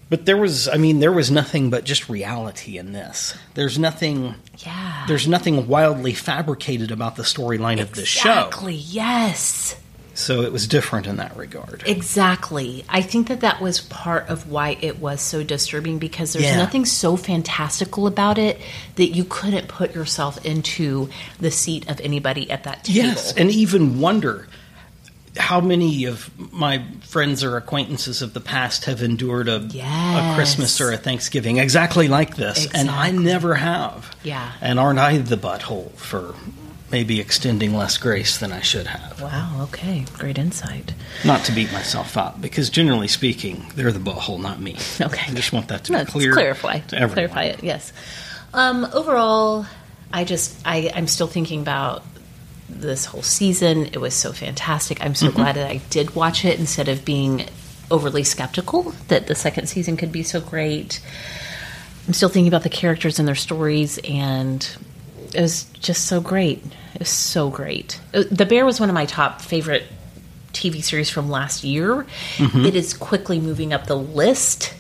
Speaker 2: But there was, I mean, there was nothing but just reality in this. There's nothing,
Speaker 3: Yeah.
Speaker 2: there's nothing wildly fabricated about the storyline of this show.
Speaker 3: Exactly. Yes.
Speaker 2: So it was different in that regard.
Speaker 3: Exactly. I think that that was part of why it was so disturbing because there's
Speaker 2: Yeah.
Speaker 3: nothing so fantastical about it that you couldn't put yourself into the seat of anybody at that table.
Speaker 2: Yes, and even wonder how many of my friends or acquaintances of the past have endured a, a
Speaker 3: Yes.
Speaker 2: Christmas or a Thanksgiving exactly like this, and I
Speaker 3: Exactly.
Speaker 2: never have.
Speaker 3: Yeah.
Speaker 2: And aren't I the butthole for maybe extending less grace than I should have?
Speaker 3: Wow. Okay. Great insight.
Speaker 2: Not to beat myself up, because generally speaking, they're the butthole, not me.
Speaker 3: Okay.
Speaker 2: I just want that to
Speaker 3: no,
Speaker 2: be
Speaker 3: just
Speaker 2: clear.
Speaker 3: clarify.
Speaker 2: to everyone.
Speaker 3: Clarify it. Yes. Um, overall, I just I I'm still thinking about this whole season. It was so fantastic. I'm so
Speaker 2: Mm-hmm.
Speaker 3: glad that I did watch it instead of being overly skeptical that the second season could be so great. I'm still thinking about the characters and their stories, and it was just so great. It was so great. Uh, The Bear was one of my top favorite TV series from last year.
Speaker 2: Mm-hmm.
Speaker 3: It is quickly moving up the list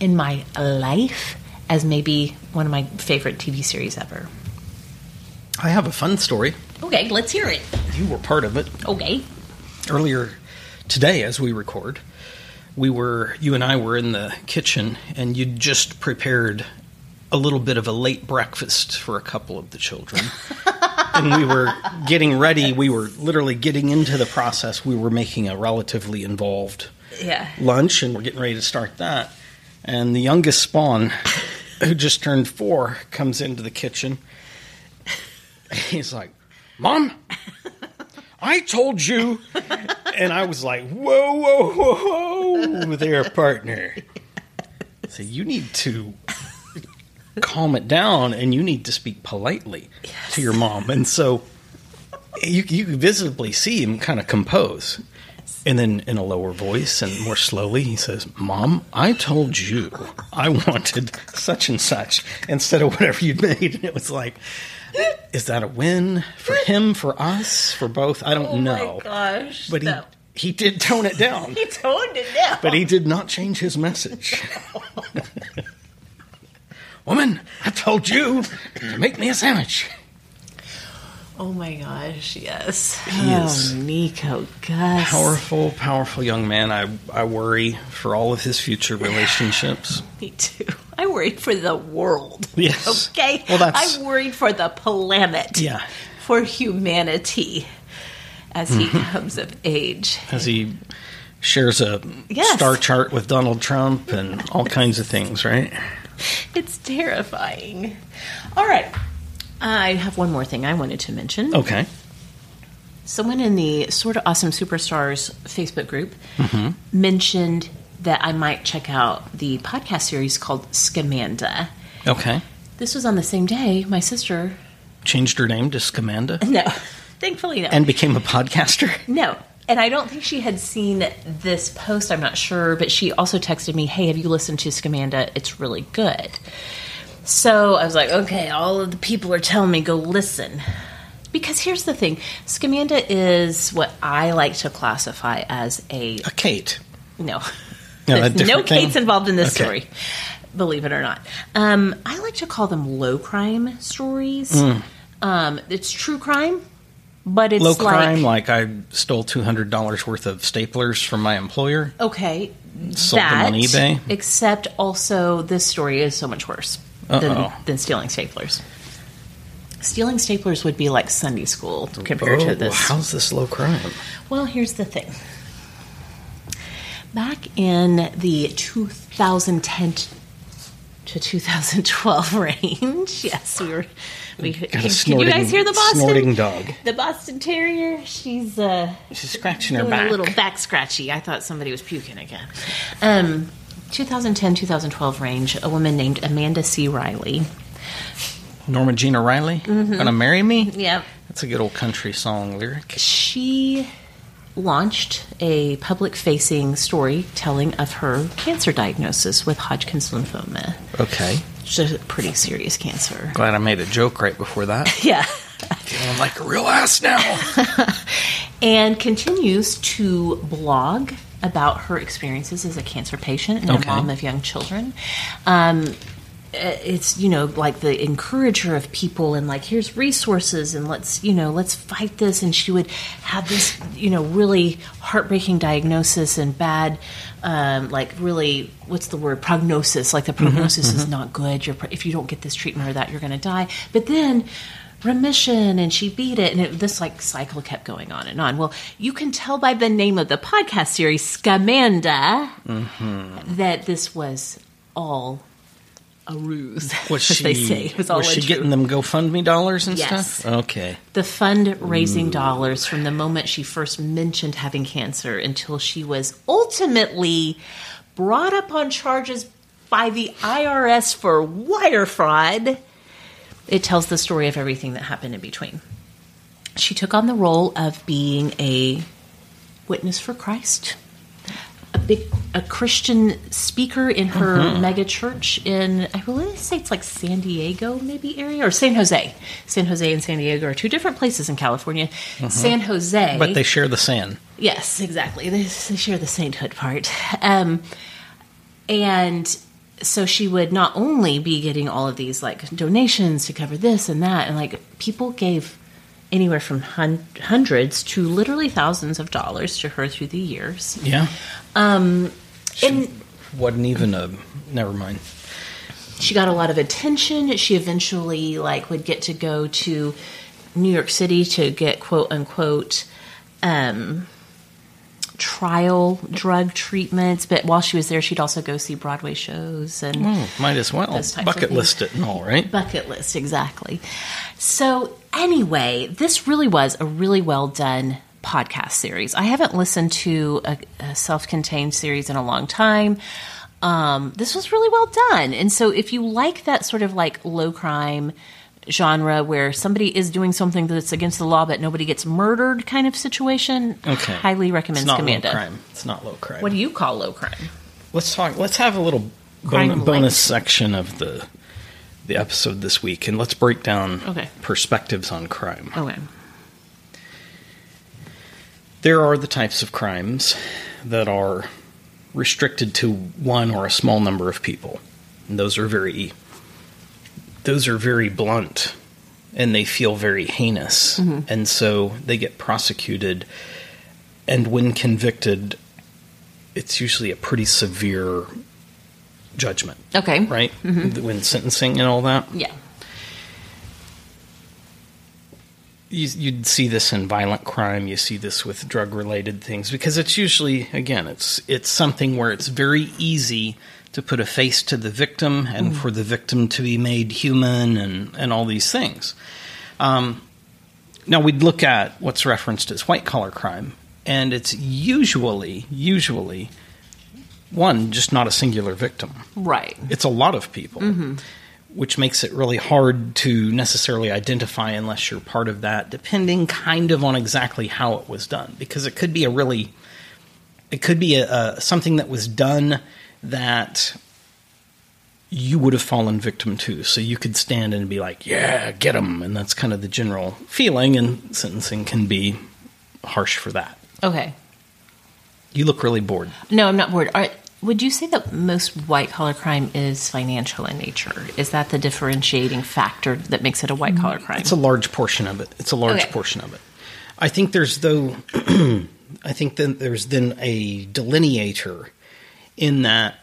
Speaker 3: in my life as maybe one of my favorite TV series ever.
Speaker 2: I have a fun story.
Speaker 3: Okay, let's hear it.
Speaker 2: You were part of it.
Speaker 3: Okay.
Speaker 2: earlier today as we record we were you and i were in the kitchen and you just prepared a little bit of a late breakfast for a couple of the children and we were getting ready we were literally getting into the process we were making a relatively involved
Speaker 3: Yeah.
Speaker 2: lunch and we're getting ready to start that and the youngest spawn who just turned four comes into the kitchen he's like mom i told you and i was like whoa whoa whoa whoa there partner so you need to calm it down and you need to speak politely to your mom and so you, you could visibly see him kind of compose and then in a lower voice and more slowly, he says, Mom, I told you I wanted such and such instead of whatever you'd made. And it was like, is that a win for him, for us, for both? I don't know.
Speaker 3: Oh gosh.
Speaker 2: but he, he did tone it down,
Speaker 3: he toned it down.
Speaker 2: but he did not change his message. Woman, I told you to make me a sandwich.
Speaker 3: oh my gosh, yes.
Speaker 2: He is-
Speaker 3: Oh, Nico, gosh.
Speaker 2: Powerful, powerful young man. I, I worry for all of his future relationships.
Speaker 3: Me too. I worried for the world.
Speaker 2: Yes.
Speaker 3: Okay.
Speaker 2: Well, that's-
Speaker 3: I worried for the planet.
Speaker 2: Yeah.
Speaker 3: For humanity as he
Speaker 2: Mm-hmm.
Speaker 3: comes of age.
Speaker 2: as he shares a
Speaker 3: Yes.
Speaker 2: star chart with Donald Trump and all kinds of things, right?
Speaker 3: It's terrifying. All right. I have one more thing I wanted to mention.
Speaker 2: Okay.
Speaker 3: Someone in the Sort of Awesome Superstars Facebook group
Speaker 2: Mm-hmm.
Speaker 3: mentioned that I might check out the podcast series called Scamanda.
Speaker 2: Okay.
Speaker 3: This was on the same day my sister.
Speaker 2: Changed her name to Scamanda
Speaker 3: No, thankfully, no.
Speaker 2: and became a podcaster.
Speaker 3: No. And I don't think she had seen this post, I'm not sure, but she also texted me, Hey, have you listened to Scamanda? It's really good. So I was like, Okay, all of the people are telling me go listen. Because here's the thing Scamanda is what I like to classify as a.
Speaker 2: A Kate.
Speaker 3: No.
Speaker 2: No, a
Speaker 3: no
Speaker 2: different thing?
Speaker 3: Kate's involved in this
Speaker 2: Okay.
Speaker 3: story, believe it or not. Um, I like to call them low crime stories. Um, it's true crime, but it's
Speaker 2: Hmm. Low
Speaker 3: like.
Speaker 2: crime, like I stole two hundred dollars worth of staplers from my employer,
Speaker 3: Okay,
Speaker 2: sold them on eBay.
Speaker 3: Except also, this story is so much worse
Speaker 2: Uh-oh.
Speaker 3: than, than stealing staplers. Stealing staplers would be like Sunday school compared
Speaker 2: Oh,
Speaker 3: to this.
Speaker 2: how's this low crime?
Speaker 3: Well, here's the thing. Back in the 2010 t- to 2012 range, yes, we were. We,
Speaker 2: a
Speaker 3: can, can you
Speaker 2: snorting-
Speaker 3: guys hear the Boston
Speaker 2: snorting dog.
Speaker 3: The Boston Terrier. She's uh,
Speaker 2: She's scratching her
Speaker 3: doing
Speaker 2: back.
Speaker 3: a little back scratchy. I thought somebody was puking again. Um, 2010 2012 range, a woman named Amanda C. Riley.
Speaker 2: Norma Jean O'Reilly,
Speaker 3: Mm-hmm.
Speaker 2: gonna marry me?
Speaker 3: Yep.
Speaker 2: That's a good old country song lyric.
Speaker 3: She launched a public facing storytelling of her cancer diagnosis with Hodgkin's lymphoma,
Speaker 2: Okay.
Speaker 3: which is a pretty serious cancer.
Speaker 2: Glad I made a joke right before that.
Speaker 3: Yeah.
Speaker 2: Feeling like a real ass now.
Speaker 3: and continues to blog about her experiences as a cancer patient and
Speaker 2: Okay.
Speaker 3: a mom of young children. Um, it's you know like the encourager of people and like here's resources and let's you know let's fight this and she would have this you know really heartbreaking diagnosis and bad um, like really what's the word prognosis like the prognosis is not good you're pro- if you don't get this treatment or that you're going to die but then remission and she beat it and it, this like cycle kept going on and on well you can tell by the name of the podcast series scamanda that this was all a ruse.
Speaker 2: Was
Speaker 3: as
Speaker 2: she,
Speaker 3: they say. It was all
Speaker 2: was
Speaker 3: a
Speaker 2: she
Speaker 3: tr-
Speaker 2: getting them GoFundMe dollars and
Speaker 3: Yes.
Speaker 2: stuff? Okay.
Speaker 3: the
Speaker 2: Mm.
Speaker 3: fundraising dollars from the moment she first mentioned having cancer until she was ultimately brought up on charges by the IRS for wire fraud. It tells the story of everything that happened in between. She took on the role of being a witness for Christ. a big a Christian speaker in her mega church in I want to say it's like San Diego maybe area or San Jose. San Jose and San Diego are two different places in California. San Jose,
Speaker 2: But they share the sand.
Speaker 3: yes, exactly. They, they share the sainthood part, um, and so she would not only be getting all of these like donations to cover this and that, and like people gave anywhere from hun- hundreds to literally thousands of dollars to her through the years.
Speaker 2: Yeah.
Speaker 3: Um, and
Speaker 2: Wasn't even a. Never mind.
Speaker 3: she got a lot of attention. She eventually like would get to go to New York City to get quote unquote um, trial drug treatments. But while she was there, she'd also go see Broadway shows and
Speaker 2: Oh, might as well.
Speaker 3: Those types of
Speaker 2: Bucket
Speaker 3: things.
Speaker 2: list it and all, right?
Speaker 3: bucket list exactly. So anyway, this really was a really well done podcast series. I haven't listened to a, a self-contained series in a long time. Um, this was really well done, and so if you like that sort of like low crime genre where somebody is doing something that's against the law but nobody gets murdered kind of situation,
Speaker 2: Okay.
Speaker 3: highly recommend
Speaker 2: It's not low
Speaker 3: Scamanda.
Speaker 2: crime. It's not low crime.
Speaker 3: What do you call low crime?
Speaker 2: let's talk. Let's have a little
Speaker 3: Crime
Speaker 2: bon-
Speaker 3: of
Speaker 2: bonus section of the the episode this week, and let's break down
Speaker 3: Okay.
Speaker 2: perspectives on crime.
Speaker 3: Okay.
Speaker 2: There are the types of crimes that are restricted to one or a small number of people. And those are very those are very blunt and they feel very heinous. And so they get prosecuted and when convicted it's usually a pretty severe judgment,
Speaker 3: Okay.
Speaker 2: right? When sentencing and all that.
Speaker 3: Yeah.
Speaker 2: you, you'd see this in violent crime. You see this with drug related things because it's usually again it's it's something where it's very easy to put a face to the victim and for the victim to be made human and and all these things. Um, now we'd look at what's referenced as white collar crime, and it's usually usually one just not a singular victim
Speaker 3: Right.
Speaker 2: it's a lot of people, which makes it really hard to necessarily identify unless you're part of that, depending kind of on exactly how it was done, because it could be a really, it could be a, a something that was done that you would have fallen victim to, so you could stand and be like, "Yeah, get him," and that's kind of the general feeling, and sentencing can be harsh for that.
Speaker 3: Okay.
Speaker 2: You look really bored.
Speaker 3: No, I'm not bored. Are, would you say that most white collar crime is financial in nature? Is that the differentiating factor that makes it a white collar crime?
Speaker 2: Mm, It's a large portion of it. It's a large
Speaker 3: Okay.
Speaker 2: portion of it. I think there's though. I think then there's then a delineator in that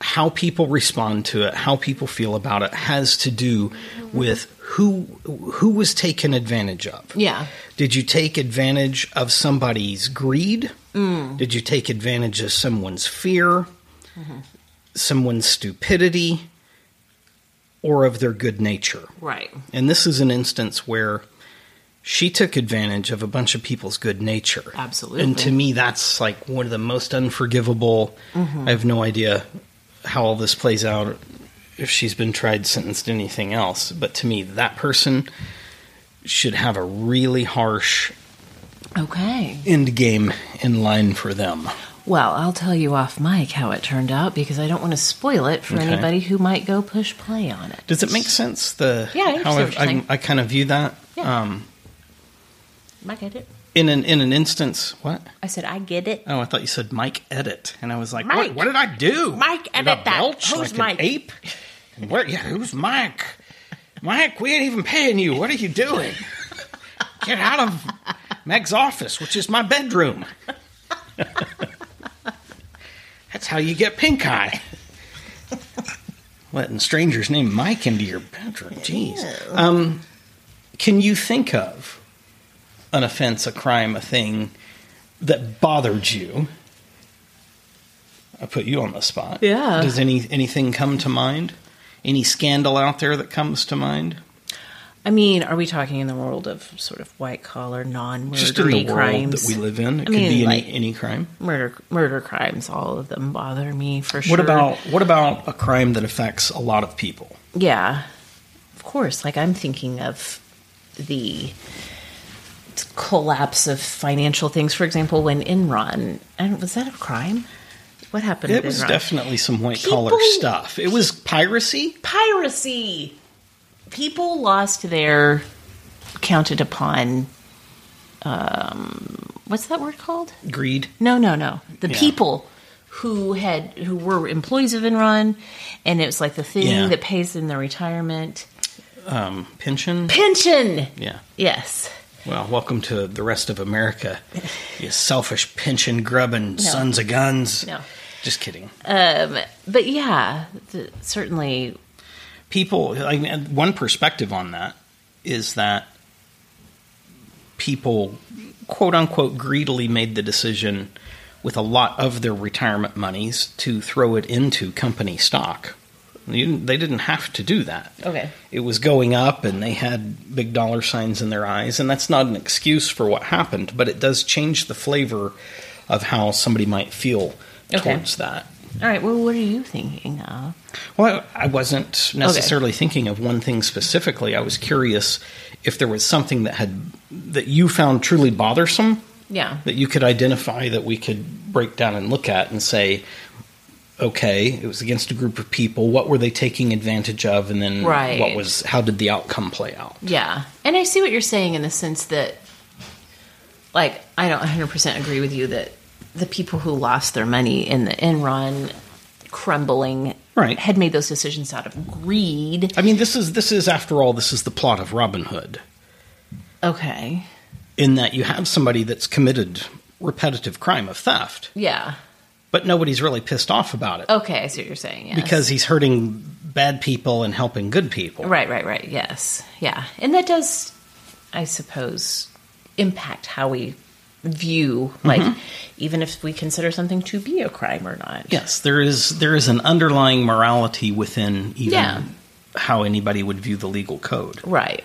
Speaker 2: how people respond to it, how people feel about it, has to do with who who was taken advantage of.
Speaker 3: Yeah.
Speaker 2: Did you take advantage of somebody's greed? Did you take advantage of someone's fear, someone's stupidity, or of their good nature?
Speaker 3: right.
Speaker 2: And this is an instance where she took advantage of a bunch of people's good nature.
Speaker 3: Absolutely.
Speaker 2: And to me, that's like one of the most unforgivable.
Speaker 3: Mm-hmm.
Speaker 2: I have no idea how all this plays out, if she's been tried, sentenced, anything else. But to me, that person should have a really harsh
Speaker 3: Okay.
Speaker 2: end game in line for them.
Speaker 3: Well, I'll tell you off mic how it turned out because I don't want to spoil it for
Speaker 2: Okay.
Speaker 3: anybody who might go push play on it.
Speaker 2: Does it make sense? The
Speaker 3: Yeah, I understand
Speaker 2: how
Speaker 3: what
Speaker 2: I've-
Speaker 3: you're
Speaker 2: I,
Speaker 3: saying.
Speaker 2: I kind of view that.
Speaker 3: Yeah.
Speaker 2: Um,
Speaker 3: Am I get it?
Speaker 2: in an in an instance, what?
Speaker 3: I said, I get it.
Speaker 2: Oh, I thought you said Mike edit, and I was like,
Speaker 3: Mike.
Speaker 2: what? What did I do?
Speaker 3: Mike,
Speaker 2: Did
Speaker 3: edit
Speaker 2: I
Speaker 3: that.
Speaker 2: belch
Speaker 3: Who's
Speaker 2: like an
Speaker 3: Mike?
Speaker 2: ape? And Where? Yeah, who's Mike? Mike, we ain't even paying you. What are you doing? Get out of Meg's office, which is my bedroom. That's how you get pink eye. Letting strangers named Mike into your bedroom. Jeez. Um, can you think of an offense, a crime, a thing that bothered you? I put you on the spot.
Speaker 3: Yeah.
Speaker 2: Does any anything come to mind? Any scandal out there that comes to mind?
Speaker 3: I mean, are we talking in the world of sort of white collar, non
Speaker 2: Just in the
Speaker 3: murder
Speaker 2: world
Speaker 3: crimes?
Speaker 2: that we live in, it
Speaker 3: I
Speaker 2: could
Speaker 3: mean,
Speaker 2: be any,
Speaker 3: like-
Speaker 2: any crime.
Speaker 3: murder, murder crimes, all of them bother me for sure.
Speaker 2: What about what about a crime that affects a lot of people?
Speaker 3: Yeah, of course. Like I'm thinking of the collapse of financial things. For example, when Enron and was that a crime? What happened?
Speaker 2: It
Speaker 3: at
Speaker 2: was
Speaker 3: Enron?
Speaker 2: definitely some white collar
Speaker 3: People-
Speaker 2: stuff. It was piracy.
Speaker 3: piracy. People lost their counted upon. Um, what's that word called?
Speaker 2: Greed.
Speaker 3: No, no, no. The
Speaker 2: Yeah.
Speaker 3: people who had who were employees of Enron, and it was like the thing
Speaker 2: Yeah.
Speaker 3: that pays them their retirement
Speaker 2: Um, pension.
Speaker 3: pension.
Speaker 2: Yeah.
Speaker 3: Yes.
Speaker 2: Well, welcome to the rest of America, you selfish pension grubbing sons of guns.
Speaker 3: No.
Speaker 2: Just kidding.
Speaker 3: Um, But yeah, the, certainly.
Speaker 2: People, like, and one perspective on that is that people, quote unquote, greedily made the decision with a lot of their retirement monies to throw it into company stock. You didn't- they didn't have to do that.
Speaker 3: Okay.
Speaker 2: it was going up and they had big dollar signs in their eyes and that's not an excuse for what happened but it does change the flavor of how somebody might feel
Speaker 3: Okay.
Speaker 2: towards that
Speaker 3: All right. Well, what are you thinking of?
Speaker 2: well i wasn't necessarily thinking of one thing specifically i was curious if there was something that had that you found truly bothersome
Speaker 3: Yeah.
Speaker 2: that you could identify that we could break down and look at and say okay it was against a group of people what were they taking advantage of and then
Speaker 3: Right.
Speaker 2: what was how did the outcome play out
Speaker 3: Yeah. And I see what you're saying in the sense that, like, I don't 100% agree with you that the people who lost their money in the Enron crumbling
Speaker 2: Right.
Speaker 3: had made those decisions out of greed.
Speaker 2: I mean, this is this is after all, this is the plot of Robin Hood,
Speaker 3: Okay.
Speaker 2: in that you have somebody that's committed repetitive crime of theft,
Speaker 3: Yeah.
Speaker 2: but nobody's really pissed off about it
Speaker 3: Okay. I see what you're saying. Yes.
Speaker 2: because he's hurting bad people and helping good people.
Speaker 3: Right, right, right. Yes. Yeah. And that does, I suppose, impact how we view,
Speaker 2: Mm-hmm.
Speaker 3: like, even if we consider something to be a crime or not.
Speaker 2: Yes, there is there is an underlying morality within even
Speaker 3: Yeah.
Speaker 2: how anybody would view the legal code
Speaker 3: Right.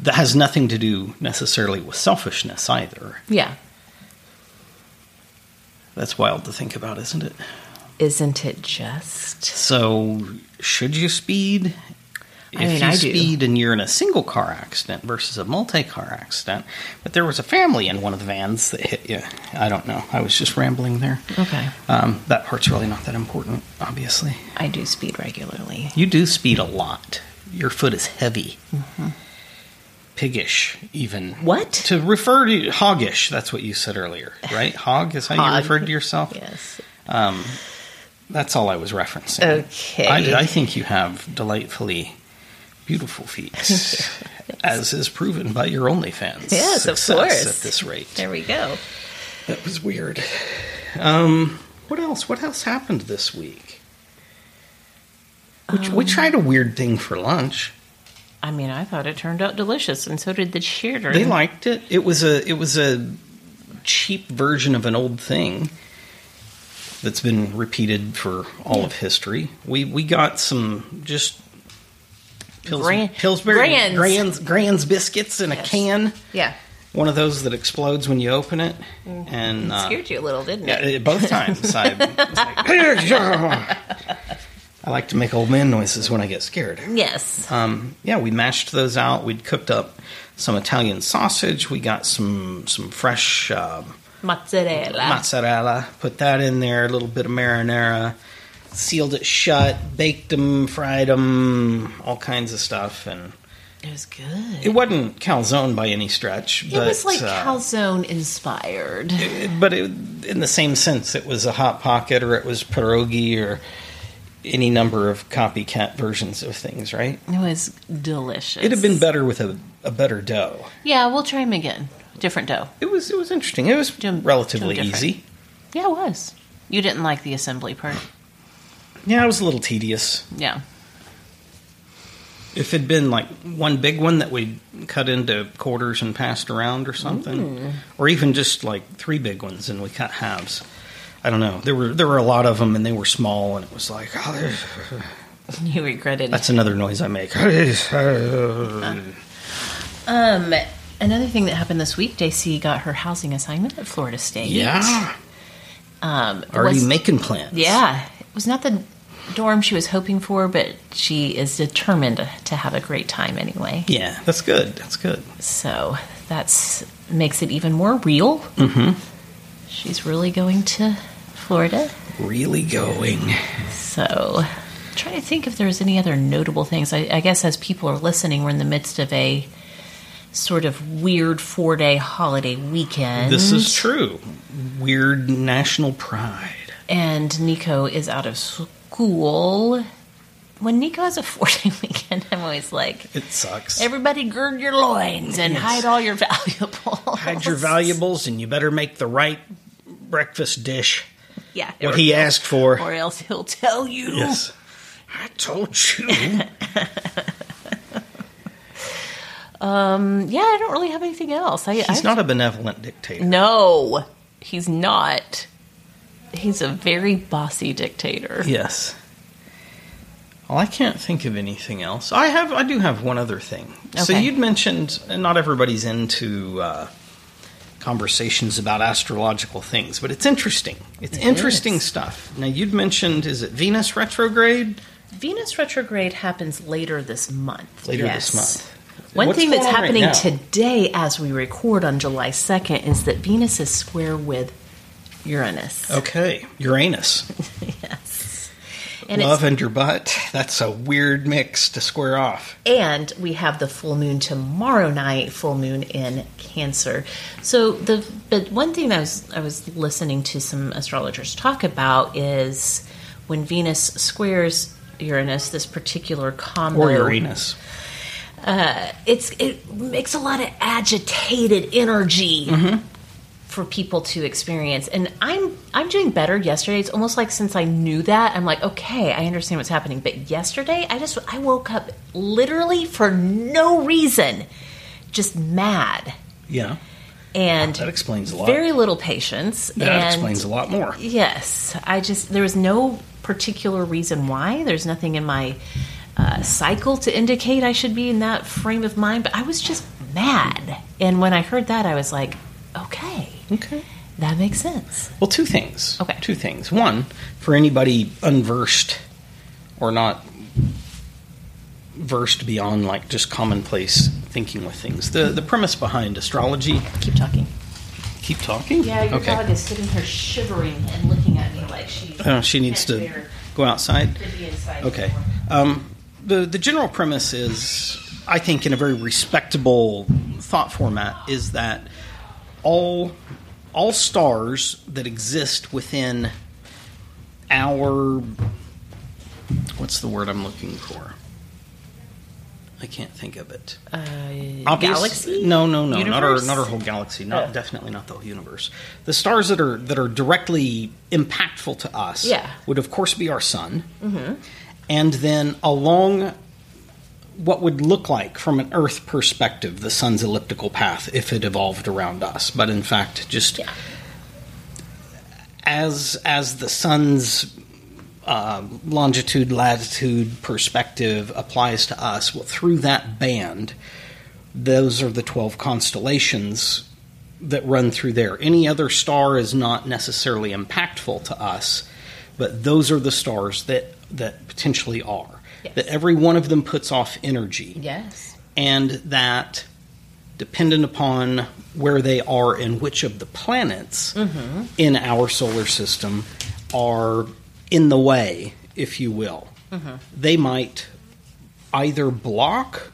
Speaker 2: that has nothing to do necessarily with selfishness either.
Speaker 3: Yeah.
Speaker 2: That's wild to think about, isn't it?
Speaker 3: Isn't it just?
Speaker 2: So, should you speed? If
Speaker 3: I mean,
Speaker 2: you
Speaker 3: I do.
Speaker 2: speed and you're in a single car accident versus a multi car accident, but there was a family in one of the vans that hit you. I don't know. I was just rambling there.
Speaker 3: Okay.
Speaker 2: Um, that part's really not that important, obviously.
Speaker 3: I do speed regularly.
Speaker 2: You do speed a lot. Your foot is heavy, piggish, even.
Speaker 3: Mm-hmm. What?
Speaker 2: To refer to hoggish, that's what you said earlier, right? Hog is how you
Speaker 3: Hog.
Speaker 2: referred to yourself?
Speaker 3: Yes.
Speaker 2: Um, that's all I was referencing.
Speaker 3: Okay.
Speaker 2: I, I think you have delightfully beautiful feet, as is proven by your OnlyFans.
Speaker 3: Yes, of
Speaker 2: success
Speaker 3: course.
Speaker 2: At this rate,
Speaker 3: There we go.
Speaker 2: that was weird. Um, what else? What else happened this week? Which, we
Speaker 3: Um,
Speaker 2: tried a weird thing for lunch.
Speaker 3: I mean, I thought it turned out delicious, and so did the children.
Speaker 2: They liked it. It was a it was a cheap version of an old thing that's been repeated for all of history. We we got some just Pils-
Speaker 3: Gran-
Speaker 2: Pillsbury
Speaker 3: Grands.
Speaker 2: Grands Grands biscuits in a
Speaker 3: Yes.
Speaker 2: can.
Speaker 3: Yeah.
Speaker 2: One of those that explodes when you open it,
Speaker 3: Mm-hmm.
Speaker 2: and
Speaker 3: It
Speaker 2: uh,
Speaker 3: scared you a little, didn't
Speaker 2: yeah,
Speaker 3: it?
Speaker 2: it- both times I was like, "Hey-ya!" I like to make old man noises when I get scared.
Speaker 3: Yes.
Speaker 2: Um, yeah, we mashed those out. We'd cooked up some Italian sausage. We got some some fresh um,
Speaker 3: Mozzarella.
Speaker 2: mozzarella. Put that in there. A little bit of marinara. Sealed it shut. Baked them. Fried them. All kinds of stuff. And
Speaker 5: It was good.
Speaker 2: It wasn't calzone by any stretch,
Speaker 3: It
Speaker 2: but
Speaker 3: was like
Speaker 2: uh,
Speaker 3: calzone inspired.
Speaker 2: but it, in the same sense, it was a hot pocket or it was pierogi or any number of copycat versions of things, right?
Speaker 5: It was delicious.
Speaker 2: It'd have been better with a, a better dough.
Speaker 3: Yeah, we'll try them again. Different dough.
Speaker 2: It was it was interesting. It was
Speaker 3: Jim-
Speaker 2: relatively
Speaker 3: Jim different.
Speaker 2: easy.
Speaker 3: Yeah, it was. You didn't like the assembly part.
Speaker 2: Yeah, it was a little tedious.
Speaker 3: Yeah.
Speaker 2: If it'd been like one big one that we cut into quarters and passed around or something,
Speaker 3: Mm.
Speaker 2: or even just like three big ones and we cut halves. I don't know. There were there were a lot of them and they were small and it was like oh, there's-
Speaker 3: You regretted
Speaker 2: that's another noise I make. yeah,
Speaker 3: Um, another thing that happened this week, JC got her housing assignment at Florida State. Um, it
Speaker 2: already
Speaker 3: was-
Speaker 2: making plans.
Speaker 3: Yeah, it was not the dorm she was hoping for, but she is determined to have a great time anyway.
Speaker 2: yeah, that's good. That's good.
Speaker 3: So that's makes it even more real.
Speaker 2: Mm-hmm.
Speaker 3: She's really going to Florida.
Speaker 2: Really going.
Speaker 3: So I'm trying to think if there's any other notable things. I, I guess as people are listening, we're in the midst of a sort of weird four day holiday weekend.
Speaker 2: This is true. Weird national pride.
Speaker 3: and Nico is out of school. When Nico has a four day weekend, I'm always like,
Speaker 2: It sucks.
Speaker 3: everybody gird your loins and
Speaker 2: Yes.
Speaker 3: hide all your valuables.
Speaker 2: Hide your valuables, and you better make the right breakfast dish.
Speaker 3: Yeah.
Speaker 2: What he asked for.
Speaker 3: Or else he'll tell you.
Speaker 2: I told you.
Speaker 3: Um, yeah, I don't really have anything else. I,
Speaker 2: He's
Speaker 3: I,
Speaker 2: not a benevolent dictator.
Speaker 3: No, he's not. He's a very bossy dictator.
Speaker 2: Yes. Well, I can't think of anything else. I have, I do have one other thing. So
Speaker 3: Okay.
Speaker 2: you'd mentioned and not everybody's into uh, conversations about astrological things, but it's interesting. It's
Speaker 3: It
Speaker 2: interesting
Speaker 3: is.
Speaker 2: stuff. Now you'd mentioned, is it Venus retrograde
Speaker 3: Venus retrograde happens later this month.
Speaker 2: later
Speaker 3: Yes.
Speaker 2: this month?
Speaker 3: One
Speaker 2: What's
Speaker 3: thing that's
Speaker 2: going on right
Speaker 3: happening
Speaker 2: now?
Speaker 3: today as we record on July 2nd is that Venus is square with Uranus.
Speaker 2: Okay, Uranus,
Speaker 3: yes. And,
Speaker 2: love
Speaker 3: it's,
Speaker 2: and your butt. That's a weird mix to square off.
Speaker 3: and we have the full moon tomorrow night, full moon in Cancer. So the but one thing I was I was listening to some astrologers talk about is when Venus squares Uranus, this particular combo
Speaker 2: Or Uranus.
Speaker 3: uh, it's it makes a lot of agitated energy for people to experience. And I'm I'm doing better yesterday. It's almost like since I knew that, I'm like, okay, I understand what's happening. But yesterday, I just I woke up literally for no reason, just mad
Speaker 2: Yeah,
Speaker 3: and
Speaker 2: that explains a lot.
Speaker 3: very little patience.
Speaker 2: that
Speaker 3: and
Speaker 2: explains a lot more.
Speaker 3: Yes, I just there was no particular reason why. There's nothing in my uh, cycle to indicate I should be in that frame of mind, but I was just mad. And when I heard that, I was like, okay,
Speaker 2: Okay.
Speaker 3: that makes sense.
Speaker 2: Well, two things.
Speaker 3: Okay.
Speaker 2: Two things. One, for anybody unversed or not versed beyond like just commonplace thinking with things, the the premise behind astrology.
Speaker 3: Keep talking.
Speaker 2: Keep talking.
Speaker 3: Yeah, your
Speaker 2: okay.
Speaker 3: dog is sitting here shivering and looking at me like she's.
Speaker 2: Uh, she needs
Speaker 3: can't
Speaker 2: to
Speaker 3: bear
Speaker 2: go outside.
Speaker 3: to be inside
Speaker 2: Okay.
Speaker 3: anymore.
Speaker 2: Um, the the general premise is, I think, in a very respectable thought format, is that all all stars that exist within our what's the word I'm looking for? I can't think of it.
Speaker 3: Uh,
Speaker 2: Obvious-
Speaker 3: galaxy?
Speaker 2: No, no, no, not our
Speaker 3: Universe?
Speaker 2: not our whole galaxy. Not
Speaker 3: Oh.
Speaker 2: definitely not the whole universe. The stars that are that are directly impactful to us
Speaker 3: Yeah. Mm-hmm.
Speaker 2: would of course be our sun, and then along what would look like from an Earth perspective the sun's elliptical path if it evolved around us, but in fact just
Speaker 3: Yeah.
Speaker 2: as as the sun's uh, longitude latitude perspective applies to us, well, through that band, those are the twelve constellations that run through there. Any other star is not necessarily impactful to us, but those are the stars that that potentially are.
Speaker 3: Yes.
Speaker 2: That every one of them puts off energy
Speaker 3: Yes.
Speaker 2: and that dependent upon where they are and which of the planets in our solar system are in the way, if you will, they might either block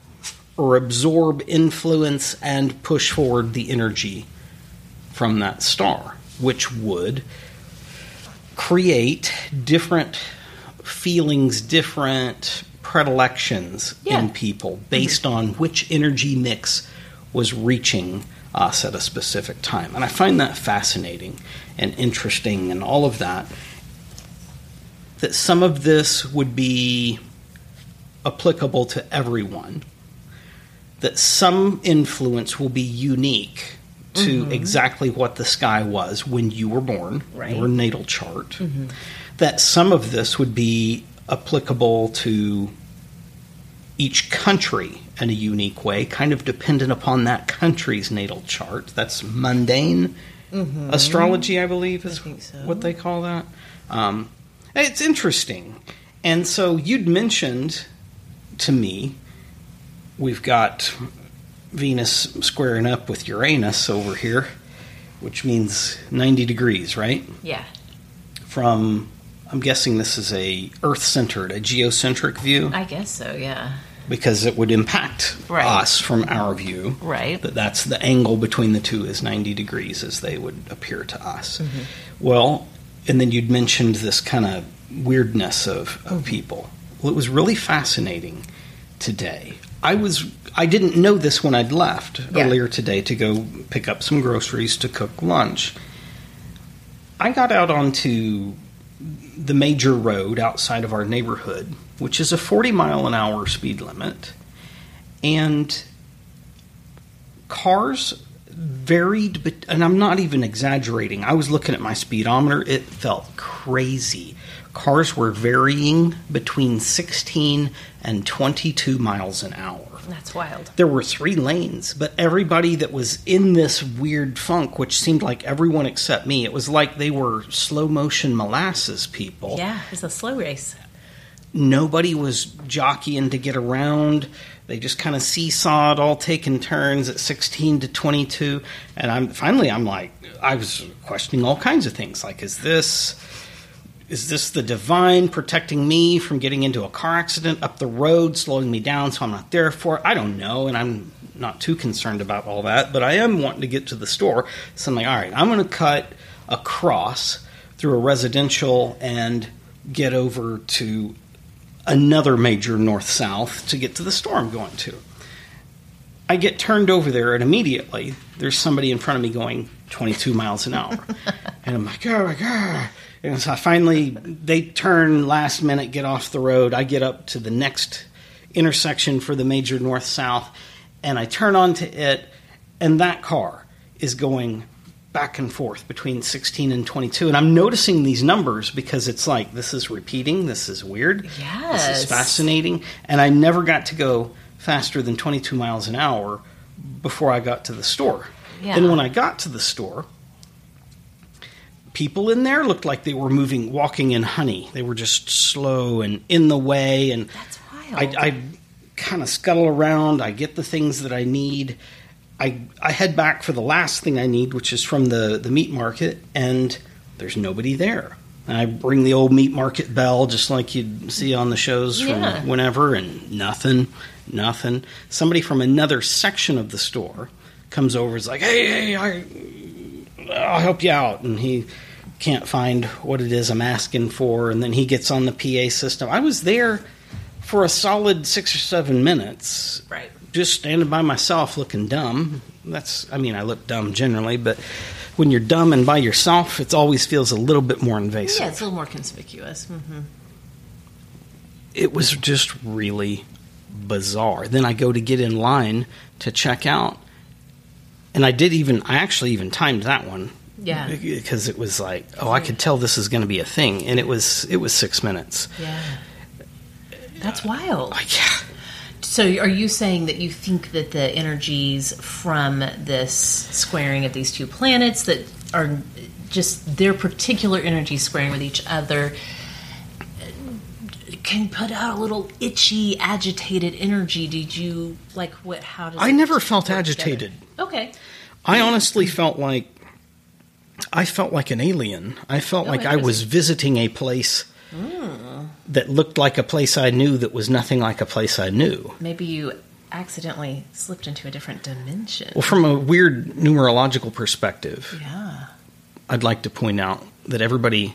Speaker 2: or absorb influence and push forward the energy from that star, which would create different feelings, different predilections
Speaker 6: Yeah.
Speaker 2: in people based on which energy mix was reaching us at a specific time. And I find that fascinating and interesting and all of that. That some of this would be applicable to everyone, that some influence will be unique to exactly what the sky was when you were born,
Speaker 6: Right.
Speaker 2: your natal chart, that some of this would be applicable to each country in a unique way, kind of dependent upon that country's natal chart. That's mundane astrology, I believe, is what they call that. Um, it's interesting. And so you'd mentioned to me, we've got Venus squaring up with Uranus over here, which means 90 degrees, right?
Speaker 6: Yeah.
Speaker 2: From, I'm guessing this is a Earth-centered, a geocentric view
Speaker 6: I guess so, yeah.
Speaker 2: because it would impact
Speaker 6: Right.
Speaker 2: us from our view.
Speaker 6: Right.
Speaker 2: That that's the angle between the two is 90 degrees as they would appear to us.
Speaker 6: Mm-hmm.
Speaker 2: Well, and then you'd mentioned this kind of weirdness of,
Speaker 6: Mm-hmm.
Speaker 2: of people. Well, it was really fascinating today. I was I didn't know this when I'd left
Speaker 6: Yeah.
Speaker 2: earlier today to go pick up some groceries to cook lunch. I got out onto the major road outside of our neighborhood, which is a 40 mile an hour speed limit, and cars varied, bet- and I'm not even exaggerating. I was looking at my speedometer, it felt crazy. Cars were varying between 16 and 22 miles an hour
Speaker 6: That's wild.
Speaker 2: there were three lanes, but everybody that was in this weird funk, which seemed like everyone except me, it was like they were slow motion molasses people.
Speaker 6: Yeah, it's a slow race.
Speaker 2: Nobody was jockeying to get around. They just kind of seesawed, all taking turns at 16 to 22. And I'm finally, I'm like, I was questioning all kinds of things. Like, is this is this the divine protecting me from getting into a car accident up the road, slowing me down so I'm not there for it? I don't know, and I'm not too concerned about all that, but I am wanting to get to the store. So I'm like, all right, I'm going to cut across through a residential and get over to another major north south to get to the store I'm going to. I get turned over there, and immediately there's somebody in front of me going 22 miles an hour. and I'm like, oh my God. And so I finally, they turn last minute, get off the road. I get up to the next intersection for the major north south, and I turn onto it, and that car is going back and forth between 16 and 22. And I'm noticing these numbers because it's like, this is repeating, this is weird. This
Speaker 6: Yes.
Speaker 2: is fascinating. And I never got to go faster than 22 miles an hour before I got to the store.
Speaker 6: Yeah.
Speaker 2: Then when I got to the store, people in there looked like they were moving, walking in honey. They were just slow and in the way. And
Speaker 6: That's wild.
Speaker 2: I, I kind of scuttle around. I get the things that I need. I, I head back for the last thing I need, which is from the, the meat market, and there's nobody there. And I ring the old meat market bell, just like you'd see on the shows from
Speaker 6: Yeah.
Speaker 2: whenever, and nothing, nothing. Somebody from another section of the store comes over, is like, hey, hey, I, I'll help you out. And he can't find what it is I'm asking for. And then he gets on the PA system. I was there for a solid six or seven minutes.
Speaker 6: Right.
Speaker 2: Just standing by myself looking dumb. That's, I mean, I look dumb generally, but when you're dumb and by yourself, it always feels a little bit more invasive.
Speaker 6: yeah, it's a little more conspicuous. hmm
Speaker 2: It was just really bizarre. Then I go to get in line to check out. And I did even, I actually even timed that one
Speaker 6: Yeah.
Speaker 2: because it was like, oh, I could tell this is going to be a thing, and it was it was six minutes.
Speaker 6: Yeah.
Speaker 2: Uh,
Speaker 6: That's wild.
Speaker 2: Like, yeah,
Speaker 6: So, are you saying that you think that the energies from this squaring of these two planets that are just their particular energies squaring with each other uh, can put out a little itchy, agitated energy? Did you like what? How does
Speaker 2: I
Speaker 6: it
Speaker 2: never felt
Speaker 6: work
Speaker 2: agitated.
Speaker 6: together? Okay,
Speaker 2: I honestly felt like I felt like an alien. I felt
Speaker 6: Oh,
Speaker 2: like I was
Speaker 6: interesting.
Speaker 2: visiting a place that looked like a place I knew that was nothing like a place I knew.
Speaker 6: maybe you
Speaker 3: accidentally slipped into a different dimension.
Speaker 2: Well, from a weird numerological perspective,
Speaker 3: yeah.
Speaker 2: I'd like to point out that everybody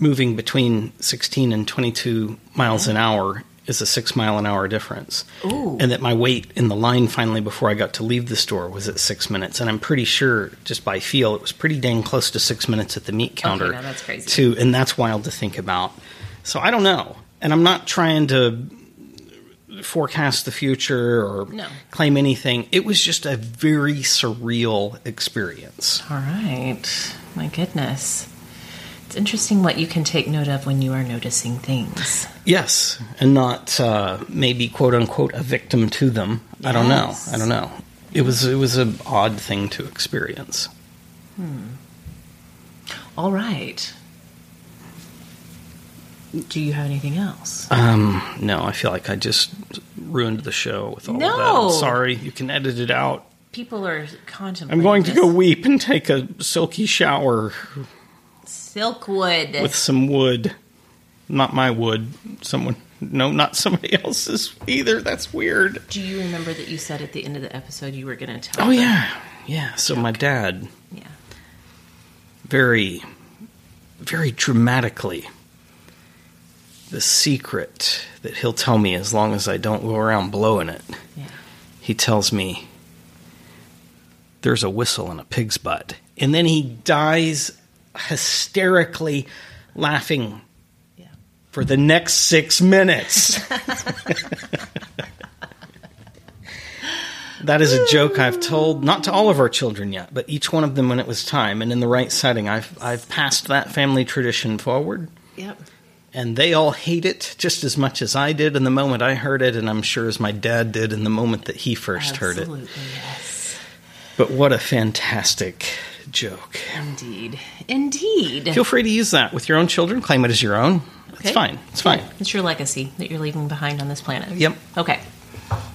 Speaker 2: moving between 16 and 22 miles an hour is a six mile an hour difference.
Speaker 3: Ooh.
Speaker 2: And that my wait in the line finally before I got to leave the store was at six minutes. And I'm pretty sure, just by feel, it was pretty dang close to six minutes at the meat counter.
Speaker 3: now that's crazy.
Speaker 2: Too, and that's wild to think about. So I don't know. And I'm not trying to forecast the future or
Speaker 3: No.
Speaker 2: claim anything. It was just a very surreal experience.
Speaker 3: All right. My goodness. It's interesting what you can take note of when you are noticing things.
Speaker 2: Yes, and not uh, maybe quote unquote a victim to them. I don't know.
Speaker 3: Yes.
Speaker 2: I don't know. It was it was an odd thing to experience.
Speaker 3: All right. Do you have anything else?
Speaker 2: Um, no, I feel like I just ruined the show with all of that.
Speaker 3: No.
Speaker 2: I'm sorry. You can edit it out.
Speaker 3: People are contemplating.
Speaker 2: I'm going to
Speaker 3: this.
Speaker 2: go weep and take a silky shower
Speaker 3: Silkwood.
Speaker 2: with some wood. Not my wood. Someone. No, not somebody else's either. That's weird.
Speaker 3: Do you remember that you said at the end of the episode you were going to tell?
Speaker 2: Oh
Speaker 3: them?
Speaker 2: yeah, yeah. So my dad
Speaker 3: yeah.
Speaker 2: very, very dramatically the secret that he'll tell me as long as I don't go around blowing it.
Speaker 3: Yeah.
Speaker 2: He tells me there's a whistle in a pig's butt. And then he dies hysterically laughing
Speaker 3: Yeah.
Speaker 2: for the next six minutes. that is a joke I've told not to all of our children yet, but each one of them when it was time and in the right setting. I've I've passed that family tradition forward,
Speaker 3: Yep.
Speaker 2: and they all hate it just as much as I did in the moment I heard it, and I'm sure as my dad did in the moment that he first heard it.
Speaker 3: Absolutely yes.
Speaker 2: But what a fantastic joke!
Speaker 3: Indeed. Indeed.
Speaker 2: Feel free to use that with your own children. Claim it as your own.
Speaker 3: Okay.
Speaker 2: It's fine. It's fine.
Speaker 3: It's your legacy that you're leaving behind on this planet.
Speaker 2: Yep.
Speaker 3: Okay.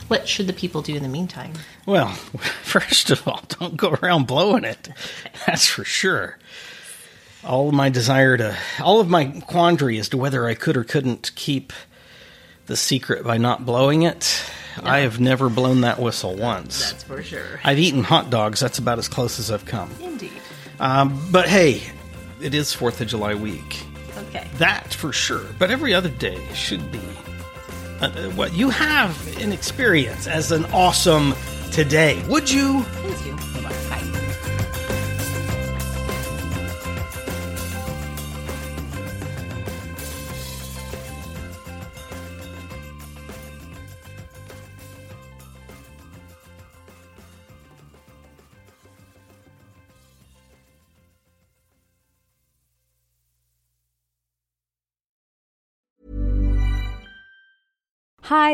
Speaker 3: What should the people do in the meantime?
Speaker 2: Well, first of all, don't go around blowing it. That's for sure. All of my desire to, all of my quandary as to whether I could or couldn't keep the secret by not blowing it, I have never blown that whistle once.
Speaker 3: That's for sure.
Speaker 2: I've eaten hot dogs. That's about as close as I've come.
Speaker 3: Indeed.
Speaker 2: Um, but hey, it is 4th of July week.
Speaker 3: Okay.
Speaker 2: That for sure. But every other day should be uh, uh, what you have an experience as an awesome today. Would you?
Speaker 3: Please do. Bye.
Speaker 4: Hi,